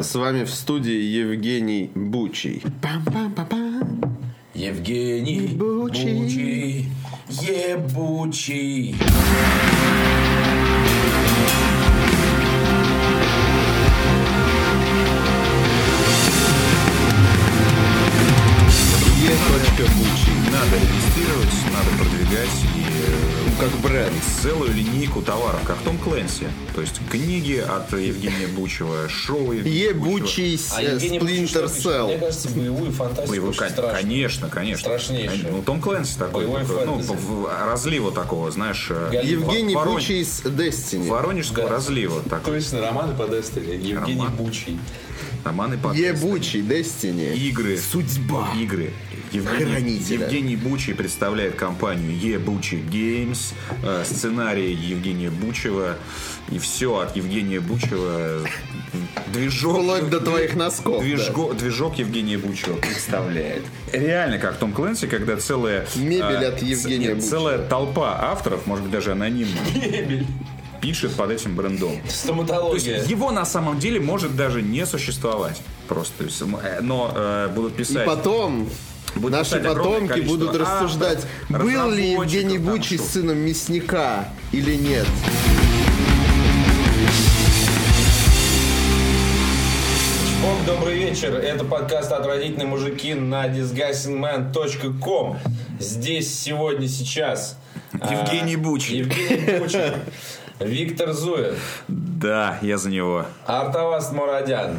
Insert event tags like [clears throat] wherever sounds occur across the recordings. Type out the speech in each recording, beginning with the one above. С вами в студии Евгений Бучий. Пам-пам-пам-пам. Евгений Бучий. Бучий, ебучий. Е.Бучий. Надо регистрировать, надо продвигать и э, Как бренд. целую линейку товаров, как Том Кленси. То есть книги от Евгения Бучева, шоу Евгения Ебучий А с- Евгений Бучий Сплинтер что пишет? Мне Селл. кажется, боевую фантастику Бучева. Боевой очень Ну, кон- страшно. Конечно, конечно. Страшнейший. Кон- Ну, Том Кленси такой. Боевой такой, ну, фэнтези. в- в- разлива такого, знаешь. э, Галина. Евгений Воронеж- Бучий с Destiny. Воронежского Да. разлива. Так, Точно, романы по Дестине. Евгений Роман. Бучий. романы по Ебучий Destiny. Игры. Судьба. Игры. Евгений, Хранителя. Евгений Бучий представляет компанию Ебучи Геймс, э, сценарий Евгения Бучева и все от Евгения Бучева. Движок, Вплоть до твоих носков. да. движго- движок Евгения Бучева представляет. Реально, как Том Кленси, когда целая... э, Мебель от ц- Евгения нет, Бучева. Целая толпа авторов, может быть, даже анонимно, Мебель. пишет под этим брендом. То есть Стоматология. его на самом деле может даже не существовать. Просто. То есть, м, э, Но э, будут И писать... потом Будут наши писать огромное потомки количество будут авторов, рассуждать, был ли разработчиков, Евгений там, Бучий что- сыном мясника или нет. Бог, добрый вечер. Это подкаст «Отвратительные мужики» на disgustingman.com. Здесь, сегодня, сейчас. а, Евгений Бучий. Евгений [laughs] Бучий. Виктор Зуев. Да, я за него. Артавас Мурадян.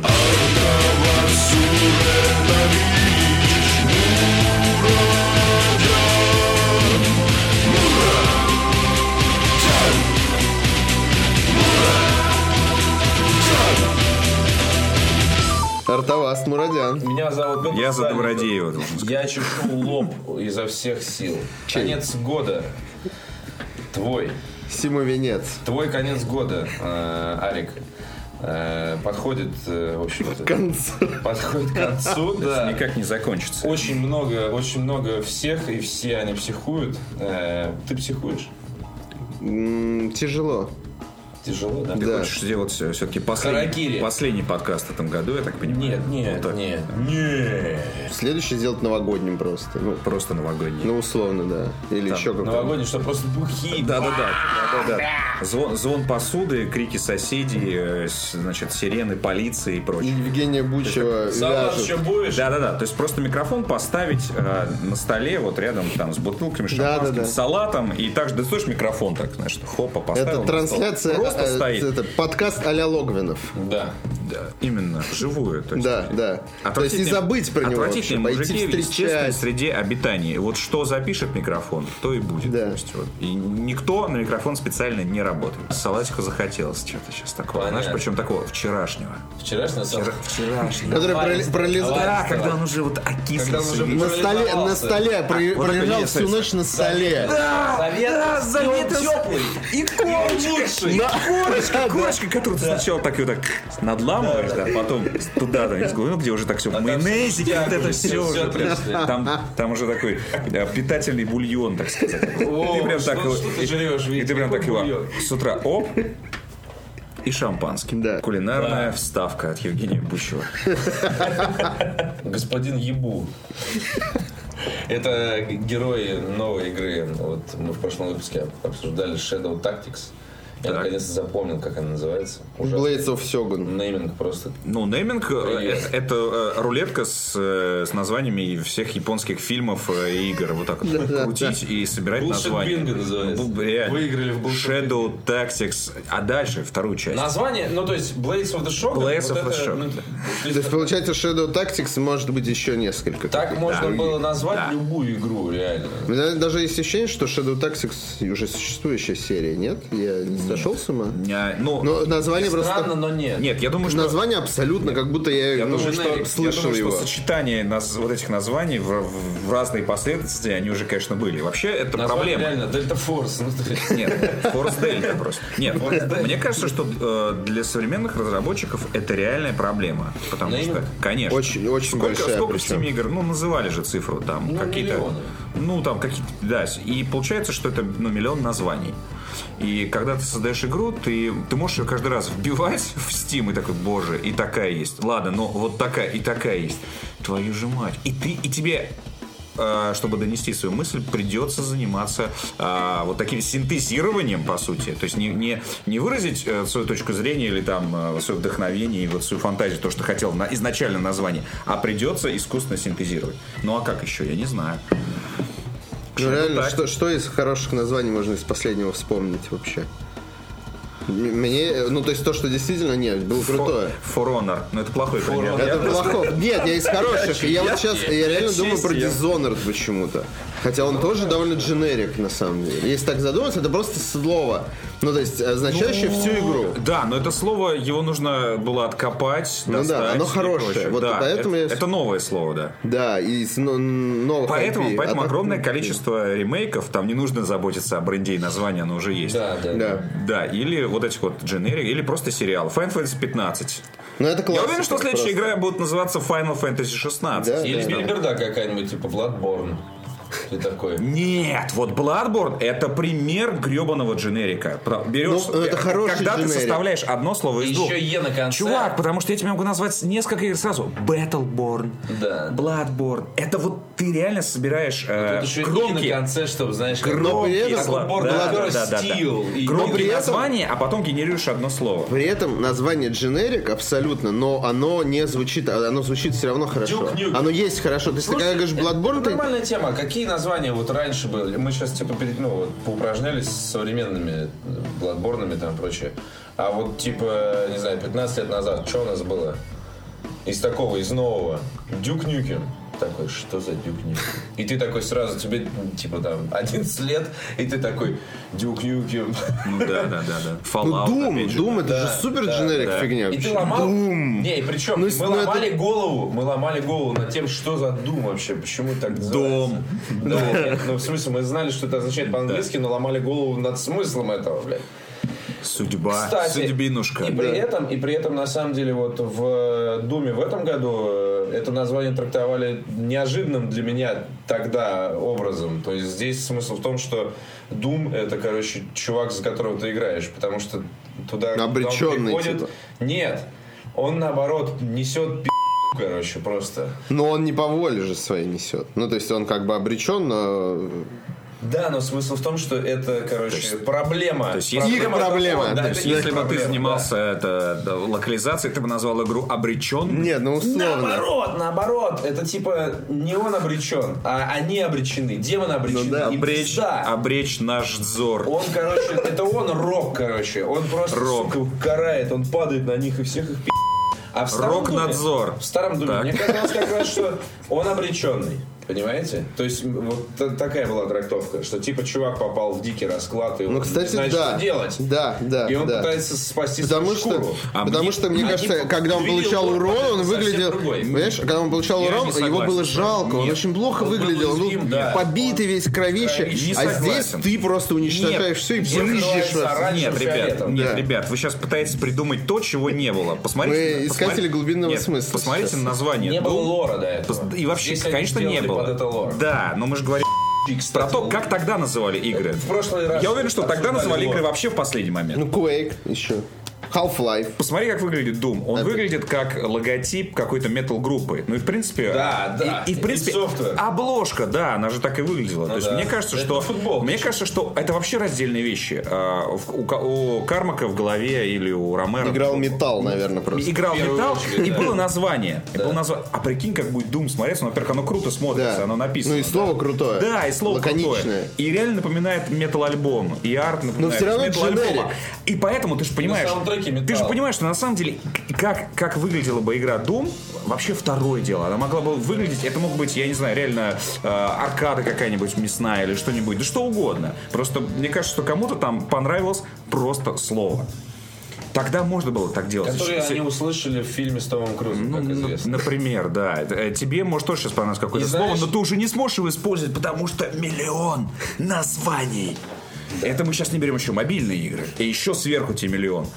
Артавас Мурадян. Меня зовут Бен Я за Сальников. Добродеева, должен Я чешу лоб изо всех сил. Чей? Конец года. Твой. Всему венец. Твой конец года, э, Алик. Э, подходит, э, в общем-то, [laughs] Концу. подходит к концу, да. Никак не закончится. Очень много, очень много всех, и все они психуют. Э, ты психуешь? М, Тяжело. Тяжело, да? Ты Да. хочешь сделать все-таки Харакири. последний, последний подкаст в этом году, я так понимаю? Нет, нет, Вот так. нет. Нет. Следующий сделать новогодним просто. Ну, Просто новогодний. ну, условно, да. Или еще как-то. Новогодний, что просто бухи. Да, да, да, да, да, да. Звон, звон посуды, крики соседей, э, с- значит, сирены, полиции и И прочее. Евгения Бучева Салат еще вяжут. будешь? Да, да, да. То есть просто микрофон поставить э, на столе, вот рядом там с бутылками, шампанским, да, да. с салатом. И также ты слышишь микрофон, так, значит, хопа, поставил. Это на стол. трансляция, Просто э, стоит. это подкаст а-ля Логвинов. Да. Да, именно, живую. То есть, Да, да. То есть Отвратительные- и забыть про него вообще, Отвратительные пойти мужики в естественной встречать. среде обитания. И Вот что запишет микрофон, то и будет. Да. То есть, вот, и никто на микрофон специально не работает. Салатику захотелось что-то сейчас такого. Понятно. Знаешь, причем такого вчерашнего. Вчерашний салат. Вчерашнего. Который Давай, пролез- пролез- давай. Да, когда он уже вот окислился. Когда он уже весь. был- На столе, на столе про- вот пролежал это всю есть, ночь на столе. Совет, Да, и завет он из- теплый. И корочка, лучший. и корочка, корочка, которую ты сначала так ее так надламываешь, да, потом туда, да, из глубины, где уже так все в майонезике, вкуснятина вот это уже, все всё, уже всё прям. пришли. Там, там уже такой э, питательный бульон, так сказать. И О, ты прям что- так его- что ты и- жрёшь, И Витя, ты прям так какой его бульон? с утра оп, и шампанским. Да. Кулинарная вставка от Евгения Бучева. Господин Ебу. Это герои новой игры. Вот мы в прошлом выпуске обсуждали Shadow Tactics. Я Так. наконец-то запомнил, как она называется. Уже Blades of Shogun. нейминг просто. Ну, нейминг э, Привет. э, это э, рулетка с, э, с названиями всех японских фильмов э, и игр. Вот так вот Да-да-да. крутить и собирать Bullshit названия. Bingo называется. Ну, реально. Выиграли в Bullshit Shadow Tactics. А дальше вторую часть. Название, ну то есть Blades of the Shock. Blades of the Shogun. ну, То есть, получается, Shadow Tactics может быть еще несколько. так можно было назвать Да. любую игру, реально. У меня даже есть ощущение, что Shadow Tactics уже существующая серия, нет? Я не сошел с ума? Э, Ну, Но название Странно, просто... но нет. нет, я думаю, что... Название абсолютно, как будто я, ну, думаю, что что- я слышал думаю, его. что сочетание нас, вот этих названий в, в- в разные последовательности, они уже, конечно, были. Вообще, это Название проблема. реально Дельта Форс. Ну, то есть, Нет, Форс Дельта просто. Нет, мне кажется, что э, для современных разработчиков это реальная проблема. Потому Да, что, именно. конечно. Очень- очень сколько, большая Сколько причем. Steam игр? Ну, называли же цифру там. Ну, какие-то, миллионы. Ну, там какие-то, да. И получается, что это ну, миллион названий. И когда ты создаешь игру, ты, ты можешь ее каждый раз вбивать [laughs] в Steam и такой, боже, и такая есть. Ладно, но вот такая и такая есть. Твою же мать. И ты, и тебе э, чтобы донести свою мысль, придется заниматься э, вот таким синтезированием, по сути. То есть не, не, не выразить э, свою точку зрения или там э, свое вдохновение и вот свою фантазию, то, что хотел на, изначально название, а придется искусственно синтезировать. Ну а как еще, я не знаю. Ну, реально, так. что, что из хороших названий можно из последнего вспомнить вообще? М- Мне, э, ну то есть то, что действительно нет, было крутое. For Honor. Ну это плохой пример. Honor. Я Это Я просто- плохо. Нет, [laughs] я из хороших. Я вот сейчас, я реально думаю про чистил. Dishonored почему-то. Хотя он тоже довольно дженерик, на самом деле. Если так задуматься, это просто слово. Ну, то есть, означающее всю игру. Да, но это слово, его нужно было откопать, Ну да, достать оно и хорошее. прочее. Вот да, поэтому это, я- это новое слово, да. Да, и с но- новых Поэтому, IP. поэтому А так- огромное количество ремейков, там не нужно заботиться о бренде и названии, оно уже есть. Да, да. Да. Да, или вот этих вот дженерик, или просто сериал. Final Fantasy 15. Ну, это классно. Я уверен, что следующая игра будет называться Final Fantasy 16. Да, Или да. билиберда какая-нибудь, типа Bloodborne. Ты такой. Нет, вот Bloodborne это пример гребаного дженерика. Про- Берешь, Ну, это э, хороший когда дженерик. ты составляешь одно слово из Еще двух. «е» на конце. Чувак, потому что я тебе могу назвать несколько игр сразу. Battleborn, Да. Bloodborne. Это вот ты реально собираешь э, Тут еще и на громкие, конце, чтобы, знаешь, как Но при этом- слова. слова. Bloodborne, который стил, и- ну, при громкие этом- названия, а потом генерируешь одно слово. При этом название дженерик абсолютно, но оно не звучит, а оно звучит все равно хорошо. Duke Nukem. Оно есть хорошо. То есть, ты когда говоришь Bloodborne, ты- Нормальная тема. Какие названия вот раньше были? Мы сейчас типа перед, ну, вот, поупражнялись с современными бладборнами там прочее. А вот типа, не знаю, 15 лет назад, что у нас было? Из такого, из нового. Дюк Нюкем. Такой, что за Дюк Нюкем? И ты такой сразу, тебе типа там 11 лет, и ты такой, Дюк Нюкем. Ну да, да, да, да. Ну, Fallout, Doom, опять же. Doom это Да, же супер да, дженерик да. фигня. И вообще. ты ломал... Doom. Не, и причем Ну, мы ну, это- ломали голову, мы ломали голову над тем, что за Дум вообще, почему так называется. [laughs] Да, нет, Ну, в смысле, мы знали, что это означает по-английски, но ломали голову над смыслом этого, блядь. Судьба, Кстати, А, судьбинушка. И при этом, и при этом, на самом деле, вот в э, Думе в этом году э, это название трактовали неожиданным для меня тогда образом. То есть здесь смысл в том, что Дум это, короче, чувак, за которого ты играешь, потому что туда куда он Обречённый, приходит- типа. Нет, он наоборот несет пи***, короче, просто. Но он не по воле же своей несет. Ну, то есть он как бы обречен, но... Да, но смысл в том, что это, короче, проблема. то есть если- Их проблема. того, да, То это есть их Если бы ты проблема, занимался это, да, локализацией, ты бы назвал игру обречен. Нет, ну условно. Наоборот, наоборот, это типа не он обречен, а они обречены, демон обречен. Ну да, им Обречь, пизда. обречь а наш взор. Он, короче, это он рок, короче. Он просто Рок. сука, карает, он падает на них и всех их пи***. А в старом думе- Рок-надзор. В старом думе. Так. Мне казалось как раз, что он обреченный. Понимаете? То есть м, вот та- такая была трактовка, что типа чувак попал в дикий расклад, и он Ну, кстати, не знает, да. что делать. Да, да, И он да. пытается спасти Потому свою что, шкуру. А потому мне- что, мне они кажется, по- когда он видел получал его, урон, он совсем выглядел... другой. Понимаешь, когда он получал Я урон, не его было согласен. жалко, он Нет. очень плохо Он был выглядел, он был уязвим, да. побитый весь, кровище. Кровище. Не А согласен. здесь ты просто уничтожаешь все и Всё брызжешь. называется вообще. оранжевым Нет, ребят, фиолетом. нет, Да. ребят, вы сейчас пытаетесь придумать то, чего не было. Посмотрите, Мы на- искатели посмотри- глубинного Нет, смысла Посмотрите сейчас. на название. Не было Doom. лора до этого. И вообще, Здесь они конечно, не сделали было. под это лор. Да, но мы же говорим про Кстати, то, как тогда называли игры. В прошлый раз Я уверен, что тогда обсуждали называли лор. игры вообще в последний момент. Ну, Quake еще. Half-Life. Посмотри, как выглядит Doom. Он выглядит как логотип какой-то метал-группы. Ну и в принципе... Да, да. И, и, в принципе... Id Software. Обложка, да, она же так и выглядела. То есть да. мне кажется, Это что... футбол, Мне кажется, что это вообще раздельные вещи. А, в- У, Ка- у Кармака в голове или у Ромеро... Играл металл, Ну, наверное, просто. Играл первую металл, очередь, и да. было название. И было назва- А прикинь, как будет Doom смотреться. Ну, во-первых, оно круто смотрится, Да. оно написано. Ну и слово крутое. Да, и слово Лаконичное. крутое. И реально напоминает метал-альбом. И арт напоминает всё равно метал-альбома. дженерик. И поэтому ты же понимаешь... саундтреке металл. Ты же понимаешь, что на самом деле, к- как, как выглядела бы игра Doom, вообще второе дело. Она могла бы выглядеть... Это мог быть, я не знаю, реально э, аркада какая-нибудь мясная или что-нибудь. Да что угодно. Просто мне кажется, что кому-то там понравилось просто слово. Тогда можно было так делать. Которые Сейчас- они услышали в фильме с Томом Крузом, ну, как н- известно. например, да. Э, Тебе, может, тоже сейчас понравилось какое-то И слово, знаешь- но ты уже не сможешь его использовать, потому что миллион названий. Это мы сейчас не берем еще мобильные игры. И еще сверху тебе миллион.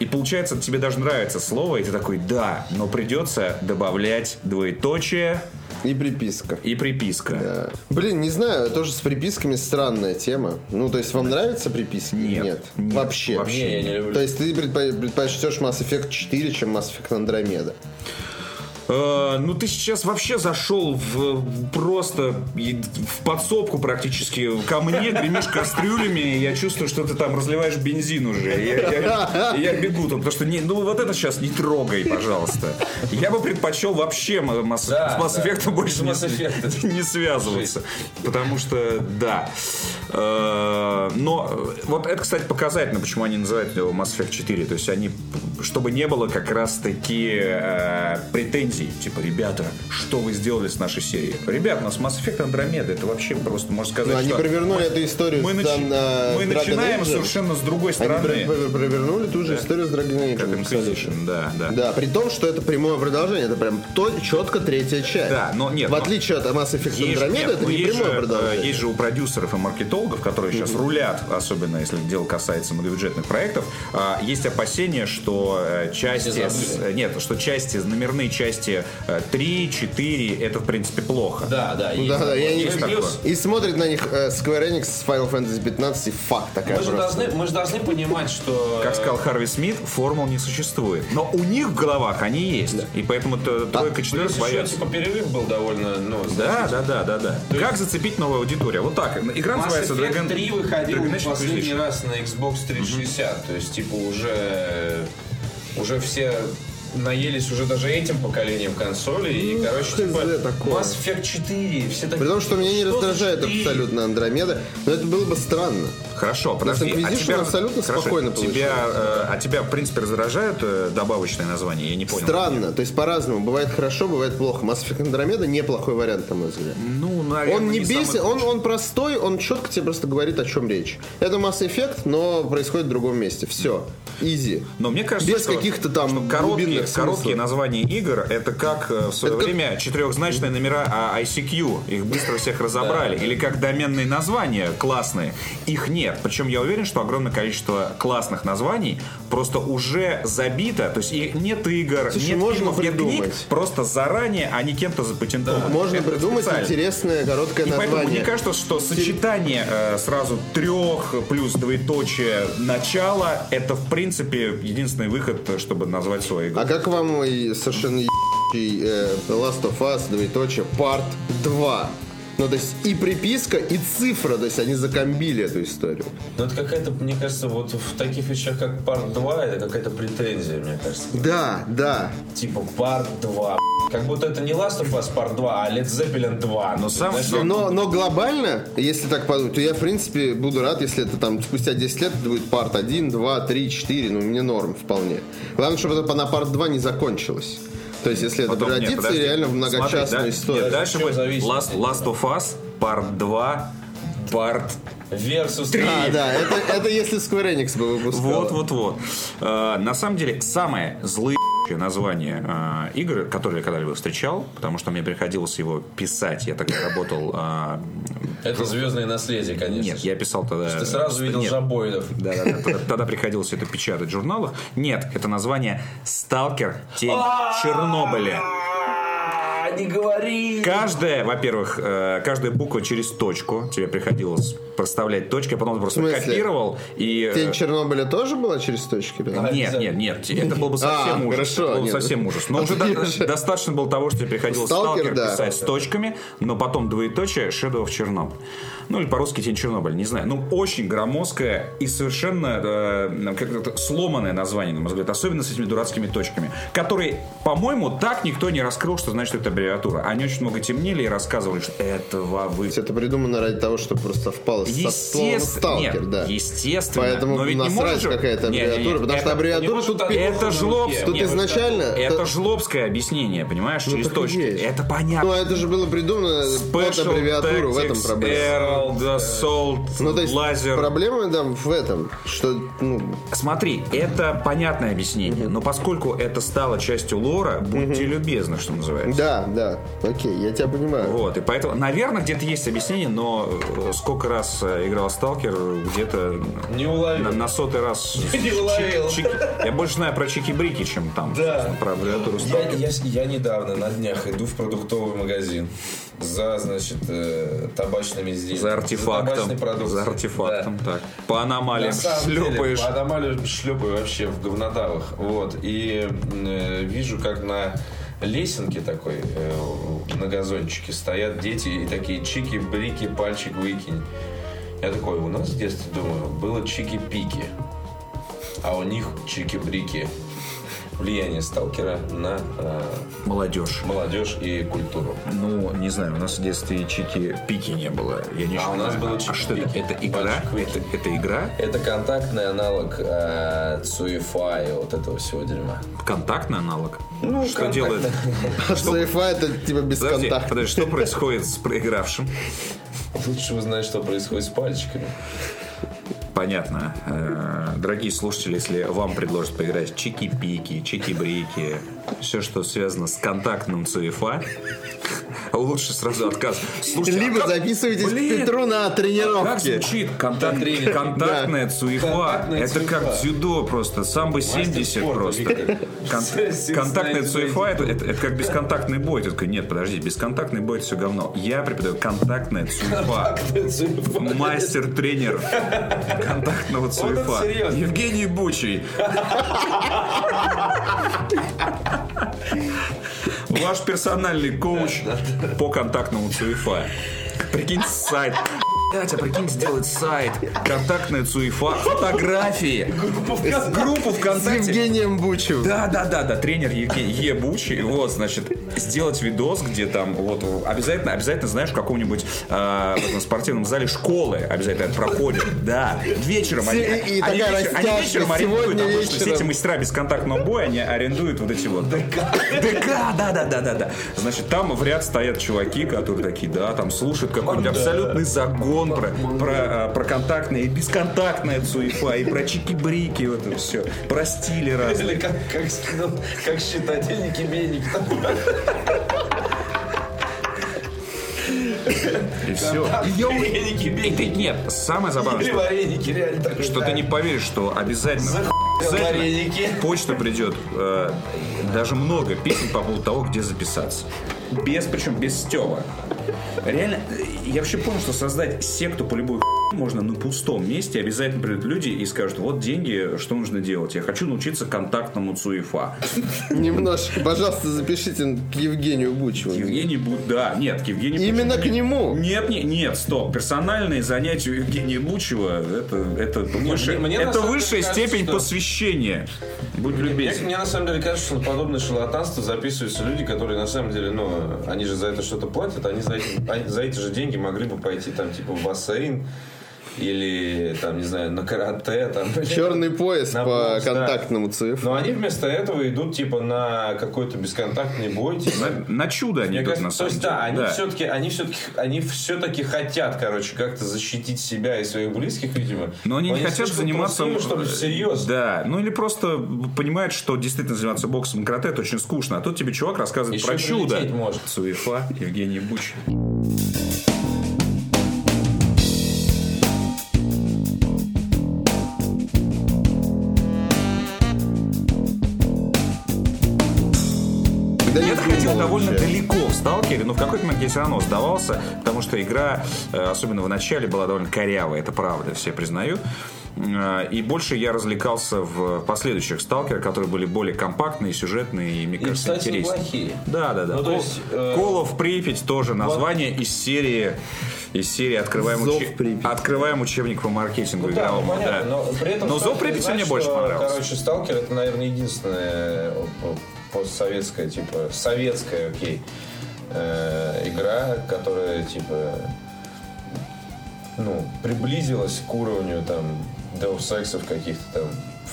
И получается, тебе даже нравится слово, и ты такой, да, но придется добавлять двоеточие. И приписка. И приписка. Да. Блин, не знаю, тоже с приписками странная тема. Ну, то есть вам нравятся приписки? или Нет. Нет. Нет. Вообще. Вообще Не, я не люблю. То есть ты предпо- предпочтешь Mass Effect 4, чем Mass Effect Andromeda. Э, ну ты сейчас вообще зашел в, в просто и- в подсобку практически ко мне, гремишь кастрюлями, и я чувствую, что ты там разливаешь бензин уже. И Я, я- и я бегу там, потому что не, ну вот это сейчас не трогай, пожалуйста. Я бы предпочел вообще м- масс- Да, с Mass да. Effect больше С не, Mass Effect. [laughs] не связываться. Потому что, да. Э, Но э, вот это, кстати, показательно, почему они называют его Mass Effect 4. То есть они, чтобы не было как раз-таки э, претензий. Типа, ребята, что вы сделали с нашей серией? Ребят, у нас Mass Effect Андромеда. Это вообще просто, можно сказать, Ну, они что... провернули эту историю Мы, с- начи- там, на мы Dragon начинаем Age. совершенно с другой Они стороны. про- про- провернули ту же историю с Dragon Age. Как Inquisition, да, да. Да, при том, что это прямое продолжение, это прям то, четко третья часть. Да, но нет, В но- отличие от Mass Effect Есть- Andromeda, нет, это ну, не есть прямое же, э, продолжение. Есть же у продюсеров и маркетологов, которые сейчас рулят, особенно если дело касается многобюджетных проектов, а, есть опасения, что э, части... Все с- забыли. Нет, что части, номерные части 3-4, это, в принципе, плохо. Да, да. есть да, да, такое. я не- Ну и плюс, И смотрит на них э, Square Enix с Final Fantasy 15 и факт такая мы же, просто. должны, мы же должны понимать, что... Как сказал Харви Смит, формул не существует. Но у них в головах они есть. И поэтому А т- тройка, Плюс четверка еще, боятся. типа, перерыв был довольно, ну, Да, да, да, да, да. Как зацепить новую аудиторию? Вот так. Игра Mass называется Effect Dragon 3 выходил Dragon Age последний Inquisition. раз на Xbox 360, то есть типа уже уже все наелись уже даже этим поколением консолей и Ну, короче что типа за такое? Mass Effect 4 все такие. При том, что меня не «Что за раздражает 4?» абсолютно Андромеда, но это было бы странно. Хорошо, подожди. а Inquisition абсолютно спокойно тебя, э, А тебя, в принципе, раздражают э, добавочные названия? Я не понял. Странно, то есть по-разному. Бывает хорошо, бывает плохо. Mass Effect Andromeda неплохой вариант, на мой взгляд. Ну, наверное, Он не самый бесит, он, он простой, он четко тебе просто говорит, о чем речь. Это Mass Effect, но происходит в другом месте. Все. Изи. Но мне кажется, Без что- каких-то там что короткие, глубинных короткие смыслов. названия игр это как э, в свое Это как- время четырехзначные номера а, ICQ. Их быстро всех разобрали. Или как доменные названия классные. Их нет. Причем я уверен, что огромное количество классных названий просто уже забито. То есть и нет игр, Слушай, нет можно фильмов, нет книг. придумать. Просто заранее они кем-то запатентованы. Можно Это придумать специально. интересное короткое И поэтому мне название. кажется, что сочетание э, сразу трех плюс двоеточие начала это в принципе единственный выход, э, чтобы назвать свою игру. А как вам мой совершенно ебучий э, Last of Us, двоеточие, Part 2? Ну, то есть и приписка, и цифра, то есть они закомбили эту историю. Ну это какая-то, мне кажется, вот в таких вещах, как Part 2, это какая-то претензия, мне кажется. Да, да. Типа Part 2. Как будто это не Last of Us Part 2, а Led Zeppelin 2. Но сам- Знаешь, Э, Но, но глобально, если так подумать, то я, в принципе, буду рад, если это там спустя 10 лет это будет парт 1, 2, 3, 4, ну, мне норм вполне. Главное, чтобы это на парт 2 не закончилось. То есть, если это Потом- нет, превратится подожди. реально в Смотри, многочастную да- историю. нет, дальше В чем будет зависимость? Last, Last of Us, Part 2, Part Versus А, 3. да, это, это если Square Enix бы выпускал. Вот-вот-вот. Э, на самом деле, самое злые название э, игры, которые я когда-либо встречал, потому что мне приходилось его писать. Я тогда работал... э, Это звездное наследие, конечно. нет, я писал тогда... э, Ты сразу видел Нет, жабоидов. Да, да, да. Тогда- Тогда приходилось это печатать в журналах. Нет, это название «Сталкер. Тень Чернобыля». [laughs] А, Не говори! Каждая, во-первых, э, каждая буква через точку. Тебе приходилось проставлять точки, а потом просто смысле? копировал и... э, Тень Чернобыля тоже была через точки? ребят? Нет, нет, нет, это был бы А, совсем ужас. хорошо, это был бы нет. совсем ужас. Но А уже ты до- же- достаточно было того, что тебе приходилось Сталкер, сталкер да. писать с точками, но потом двоеточие Shadow of Chernobyl. Ну или по-русски Тень Чернобыль, не знаю. Ну, очень громоздкое и совершенно э, как это, сломанное название, на мой взгляд, особенно с этими дурацкими точками, которые, по-моему, так никто не раскрыл, что значит это аббревиатура. Они очень много темнили и рассказывали, что этого вы... Все это придумано ради того, чтобы просто впало со словом Естественно, сталкер, нет, да. естественно. Поэтому но ведь не насрать может же- какая-то Не, не, не, аббревиатура, потому что это- аббревиатура может, тут там- пи- Это жлобс. Тут Нет, вот изначально... Ну, Это жлобское объяснение, понимаешь, через так и точки. есть. Это Ну, понятно. а это же было придумано под Special аббревиатуру, в этом Tactics, проблема. Herald, Assault, Ну, то есть Laser. проблема там в этом, что, ну, Смотри, это понятное объяснение, но поскольку это стало частью лора, будьте любезны, что называется. да, да. Окей, я тебя понимаю. Вот, и поэтому, наверное, где-то есть объяснение, но э, сколько раз э, играл Сталкер, где-то Не на, уловил. на сотый [laughs] раз. Не уловил. чики- Я больше знаю про чики-брики, чем там Да. собственно, про аббревиатуру Я, Сталкер. я, я недавно на днях иду в продуктовый магазин за, значит, э, табачными изделиями. За артефактом. табачной продукцией. За артефактом, так. По Да. На аномалиям самом деле, шлепаешь. по аномалиям шлепаю вообще в говнодавах. Вот. И э, вижу, как на лесенке такой, э, на газончике стоят дети и такие чики, брики, пальчик выкинь. Я такой, у нас в детстве, думаю, было чики-пики, а у них чики-брики. Влияние сталкера на э, Молодежь. молодежь и культуру. Ну, не знаю, у нас в детстве чики-пики не было. Я не А у считаю. нас было А что это? чики-пики. Это игра? Пальчик-пики. Это, это игра? Это контактный аналог э, Цуефа и вот этого всего дерьма. Контактный аналог? Ну, что контактный. [laughs] делает? Сейфа А это типа без Подожди, контакта. подожди, что происходит с проигравшим? Лучше узнать, что происходит с пальчиками. Понятно. Э, Дорогие слушатели, если вам предложат поиграть в чики-пики, чики-брики, все, что связано с контактным ЦФА, [laughs] лучше сразу отказ. Слушайте, а Либо как- записывайтесь Блин, а к Петру на Как тренировки. звучит контакт, Тренер. контактная цуефа? Контактная Это цуефа. как дзюдо просто. Самбо 70 спорта, просто. Виктор. Кон- Все Контактная знают, цуефа это, это- это как бесконтактный бой. Ты такой, нет, подожди, бесконтактный бой это все говно. Я преподаю контактная цуефа. [laughs] Мастер-тренер контактного цуефа. серьезно. Евгений Бучий. Ваш персональный коуч по контактному ЦУЕФА. Прикиньте сайт. Блять, а прикинь сделать сайт. Контактная ЦУЕФА. Фотографии. Группу С ВКонтакте. Евгением Бучевым. Да, да, да, да, тренер Евгений Ебучий, вот, значит, сделать видос, где там, вот, обязательно, обязательно, знаешь, в каком-нибудь э, в этом спортивном зале школы обязательно это проходит, да, вечером они, Все, и- и они, такая вечер- они растяжка, вечером сегодня арендуют, там, потому что все вечером. эти мастера бесконтактного боя, они арендуют вот эти вот ДК, да, да, да, да, да, значит, там в ряд стоят чуваки, которые такие, да, там слушают какой-нибудь абсолютный загон про, про, э, про контактное и бесконтактное цуефа, и про чики-брики, вот это все, про стили разные. Или как, как, скинул, как счетательник именник. Там И все. вареники, нет, самое забавное, были что, вареники, реально так. что ты не поверишь, что обязательно, обязательно Вареники. почта придет, э, даже много писем по поводу того, где записаться. Без, причем без Стева. Реально, э, я вообще понял, что создать секту по любой хуйне можно на пустом месте. Обязательно придут люди и скажут, вот деньги, что нужно делать? Я хочу научиться контактному ЦУЕФА. Немножко, пожалуйста, запишите к Евгению Бучеву. Евгений Буд... Да, нет, к Евгению Именно к нему. Нет, нет, нет, стоп. Персональные занятия у Евгения Бучева это, это, выше- мне на это самом деле высшая кажется, степень что- посвящения. Будь Мне, любезен. мне на самом деле кажется, что на подобное шарлатанство записываются люди, которые на самом деле, ну, они же за это что-то платят, они за, эти- они за эти же деньги могли бы пойти там типа в бассейн или там, не знаю, на карате. Там, Черный пояс На по бокс, да. контактному ЦФ. Но они вместо этого идут типа на какой-то бесконтактный бой. типа. На, на чудо они Мне идут, кажется, на то самом есть, деле. да, они Да. все-таки, они все-таки, они все-таки хотят, короче, как-то защитить себя и своих близких, видимо. Но они не хотят слишком заниматься... э, трусливы, чтобы всерьез. Да, ну или просто понимают, что действительно заниматься боксом и карате это очень скучно. А тут тебе чувак рассказывает Еще про чудо. прилететь может. Цуефа Евгений Буч. Да Я нет, заходил ну, довольно вообще. далеко в сталкере, но в какой-то момент я все равно сдавался, потому что игра, э, особенно в начале, была довольно корявая, это правда, все признают. Э, И больше я развлекался в последующих сталкерах, которые были более компактные, сюжетные и, мне И, кажется, кстати, интереснее. неплохие. Да, да, да. Ну, то Кол- есть, э, Call of Припять тоже название из серии из серии открываем, Зов учи- Припяти. открываем учебник по маркетингу Да, ну, игровому. понятно, да. но при этом Но стоит Зов Припяти признать, мне больше что, понравился. Короче, Сталкер это, наверное, единственная постсоветская, типа, советская, окей, э, игра, которая, типа, ну, приблизилась к уровню, там, Deus Ex'ов каких-то там,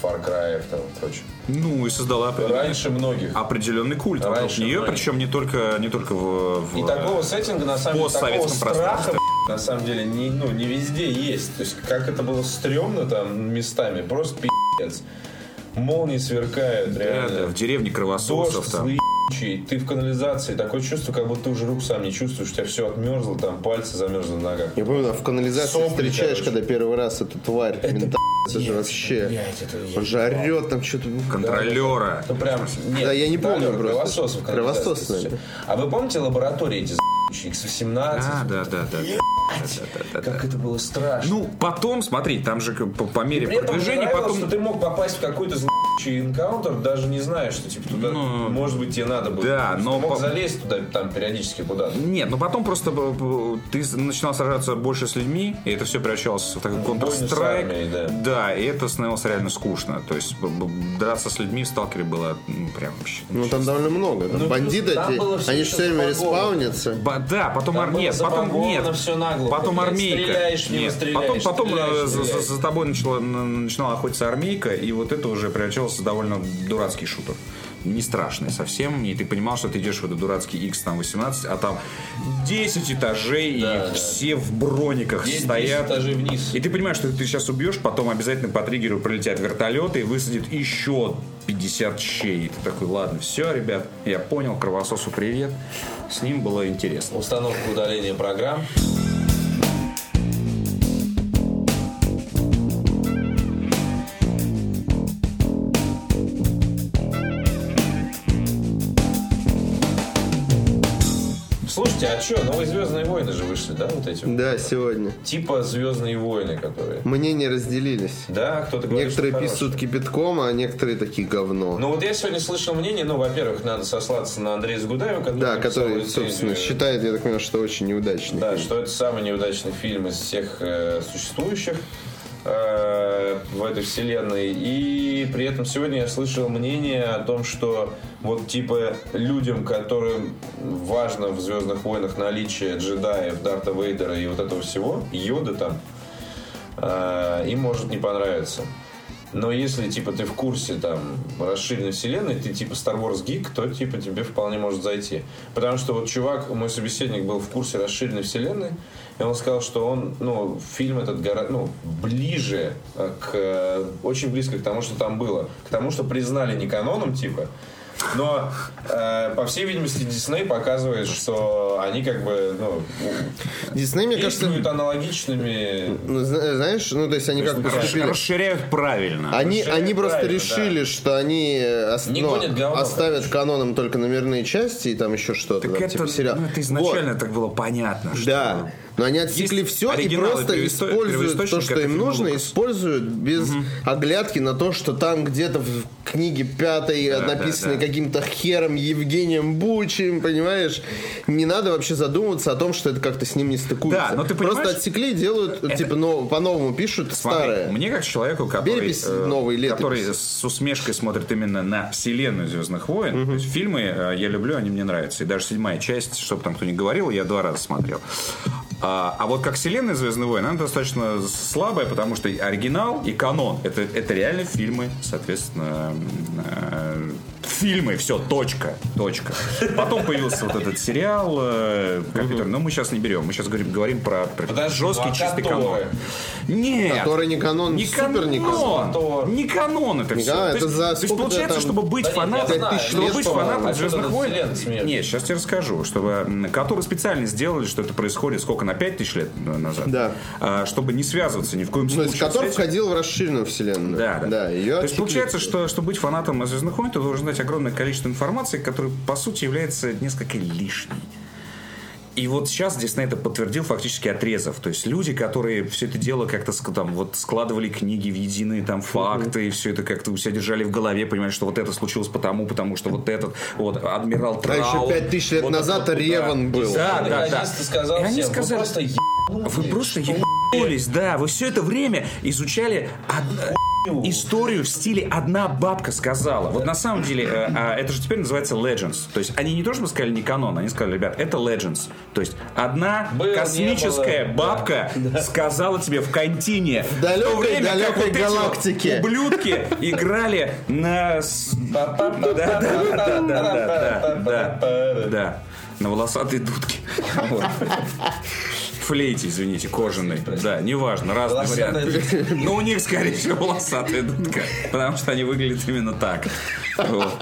Far Cry, там, и прочее. Ну и создала Раньше многих. определенный культ вокруг Раньше нее, многие. причем не только не только в, в- И такого сеттинга, на самом деле, такого постсоветском страха, пространстве. на самом деле, не, ну, не везде есть. То есть, как это было стрёмно там местами, просто пи***ц. Молнии сверкают, Да, реально. да, э, в деревне Дождь, кровососов там. злые ебучий, ты в канализации, такое чувство, как будто ты уже рук сам не чувствуешь, у тебя все отмерзло, там пальцы замерзли на ногах. Я помню, а в канализации Сопли, встречаешь, короче. когда первый раз эту тварь, мента, это же вообще. Блядь, это я- Он же орет там что-то. Контролера. Ну прям, нет, Да, я не помню Далер, просто. Кровососов. конечно, Кровососы, слушайте. наверное. А вы помните лаборатории эти за***ючие, X18? А, да, да, да, да. Да, да, да, да. Как это было страшно. Ну, потом, смотри, там же как по, по мере При этом мне продвижения, нравилось, потом... что ты мог попасть в какой-то за***ючий энкаунтер, даже не зная, что типа туда, Ну, может быть, тебе надо было. да, Ты но мог по- залезть туда там периодически куда-то. Нет, ну потом просто б- б- ты с- начинал сражаться больше с людьми, и это все превращалось в такой Бойню с армией, Counter-Strike. да. и это становилось реально скучно. То есть б- б- драться с людьми в сталкере было ну, прям вообще. Ну там довольно много. Там Ну, бандиты там эти, было всё они же ещё все время запаковано. респаунятся. Ба- да, потом Там ар- было нет, потом запаковано нет, всё наглухо, потом блядь, армейка, стреляешь в него, Нет, потом, стреляешь, потом стреляешь, э, за, за- стреляешь. за тобой начала, н- начинала охотиться армейка, и вот это уже превращалось в довольно дурацкий шутер, не страшный совсем, и ты понимал, что ты идешь в этот дурацкий X там 18, а там 10 этажей и Да, да. все в брониках Здесь стоят. этажи вниз. И ты понимаешь, что ты сейчас убьешь, потом обязательно по триггеру прилетят вертолеты и высадит еще 50 щей. И ты такой, ладно, все, ребят, я понял, кровососу привет. С ним было интересно. Установка удаления программ. Слушайте, а что, новые Звездные войны же вышли, да, вот эти? вот? Да, сегодня. Типа Звездные войны, которые. Мнения разделились. Да, кто-то говорит, Некоторые что хорошие. писают кипятком, а некоторые такие говно. Ну вот я сегодня слышал мнение, ну, во-первых, надо сослаться на Андрея Загудаева, который да, написал который, эти, собственно, э, считает, я так понимаю, что очень неудачный. ну, Да, что это самый неудачный фильм из всех э, существующих э, в этой вселенной. И при этом сегодня я слышал мнение о том, что вот типа людям, которым важно в Звездных войнах наличие джедаев, Дарта Вейдера и вот этого всего, Йоды там, э, им может не понравиться. Но если, типа, ты в курсе, там, расширенной вселенной, ты, типа, Star Wars гик, то, типа, тебе вполне может зайти. Потому что вот чувак, мой собеседник, был в курсе расширенной вселенной, и он сказал, что он, ну, фильм этот, гора- ну, ближе э, к... э, Очень близко к тому, что там было. К тому, что признали не каноном, типа, но, э, по всей видимости, Дисней показывает, что они как бы, ну, Дисней, мне кажется, действуют аналогичными... ну, зна- знаешь, ну то есть они как ну, поступили. Расширяют правильно. Они, расширяют они просто правильно, решили, что они э, ос- Не ну, гонят говно, оставят каноном только номерные части и там еще что-то, Так там, это, типа сериал. ну, это изначально так было понятно. Вот, что- да. Но они отсекли Есть все и оригиналы, просто первоисто- используют то, первоисточник что это им фильм нужно, Лукаса. используют без оглядки на то, что там где-то в книге пятой э, да, написано да. каким-то хером Евгением Бучем, понимаешь? Не надо вообще задумываться о том, что это как-то с ним не стыкуется. Да, но Просто ты понимаешь, Э, отсекли и делают, типа, но, по-новому пишут Смотри, старое. Мне как человеку, который, э, Перепись новой летописи. который с усмешкой смотрит именно на вселенную Звездных войн, то есть фильмы э, я люблю, они мне нравятся. И даже седьмая часть, чтобы там кто ни говорил, я два раза смотрел. А, а вот как вселенная Звездных войн, она достаточно слабая, потому что и оригинал и канон это, это реально фильмы, соответственно, э, фильмы, все, точка, точка. Потом появился вот этот сериал э, компьютерный, но мы сейчас не берем, мы сейчас говорим, говорим про, про Подожди, ну, жесткий а чистый канон. которые? Нет, Который не канон, не супер канон. не канон. Не канон это все. канон, то, это есть, за то есть сколько получается, там- чтобы быть Да нет, я фанатом, знаю, ну, чтобы быть по-моему. фанатом А что «Звездных там войн». вселенная смеется? Нет, сейчас тебе расскажу, чтобы м, которые специально сделали, что это происходит сколько на 5000 лет назад. Да. Ну, А, чтобы не связываться ни в коем То случае. есть Котор с этим. входил в расширенную вселенную. Да, да. да ее То есть получается, что, чтобы быть фанатом «Звездных войн», ты должен знать огромное количество информации, которая, по сути, является несколько лишней. И вот сейчас Дисней это подтвердил фактически отрезов. То есть люди, которые все это дело как-то ск- там вот складывали книги в единые там факты, и все это как-то у себя держали в голове, понимали, что вот это случилось потому, потому что вот этот, вот адмирал А Траун. еще пять тысяч лет вот назад это вот, да. Реван был. Да, И да, да. наконец-то сказал И они всем, сказали, вы просто Вы ебанули, просто что ебнулись, да. Вы все это время изучали од- историю в стиле «одна бабка сказала». Вот на самом деле, э, а, это же теперь называется Legends. То есть они не то, чтобы сказали не канон, они сказали, ребят, это Legends. То есть одна Было, не космическая было. бабка сказала тебе в контине. В далекой, то время, как далекой вот эти галактике. вот ублюдки играли на... с- Да, да, да, да, да, да, да, да. На волосатой дудке. Вот. Флейте, извините, кожаной. Да, неважно, разные Волосатая варианты. Но у них, скорее всего, волосатая дудка. Потому что они выглядят именно так. Вот.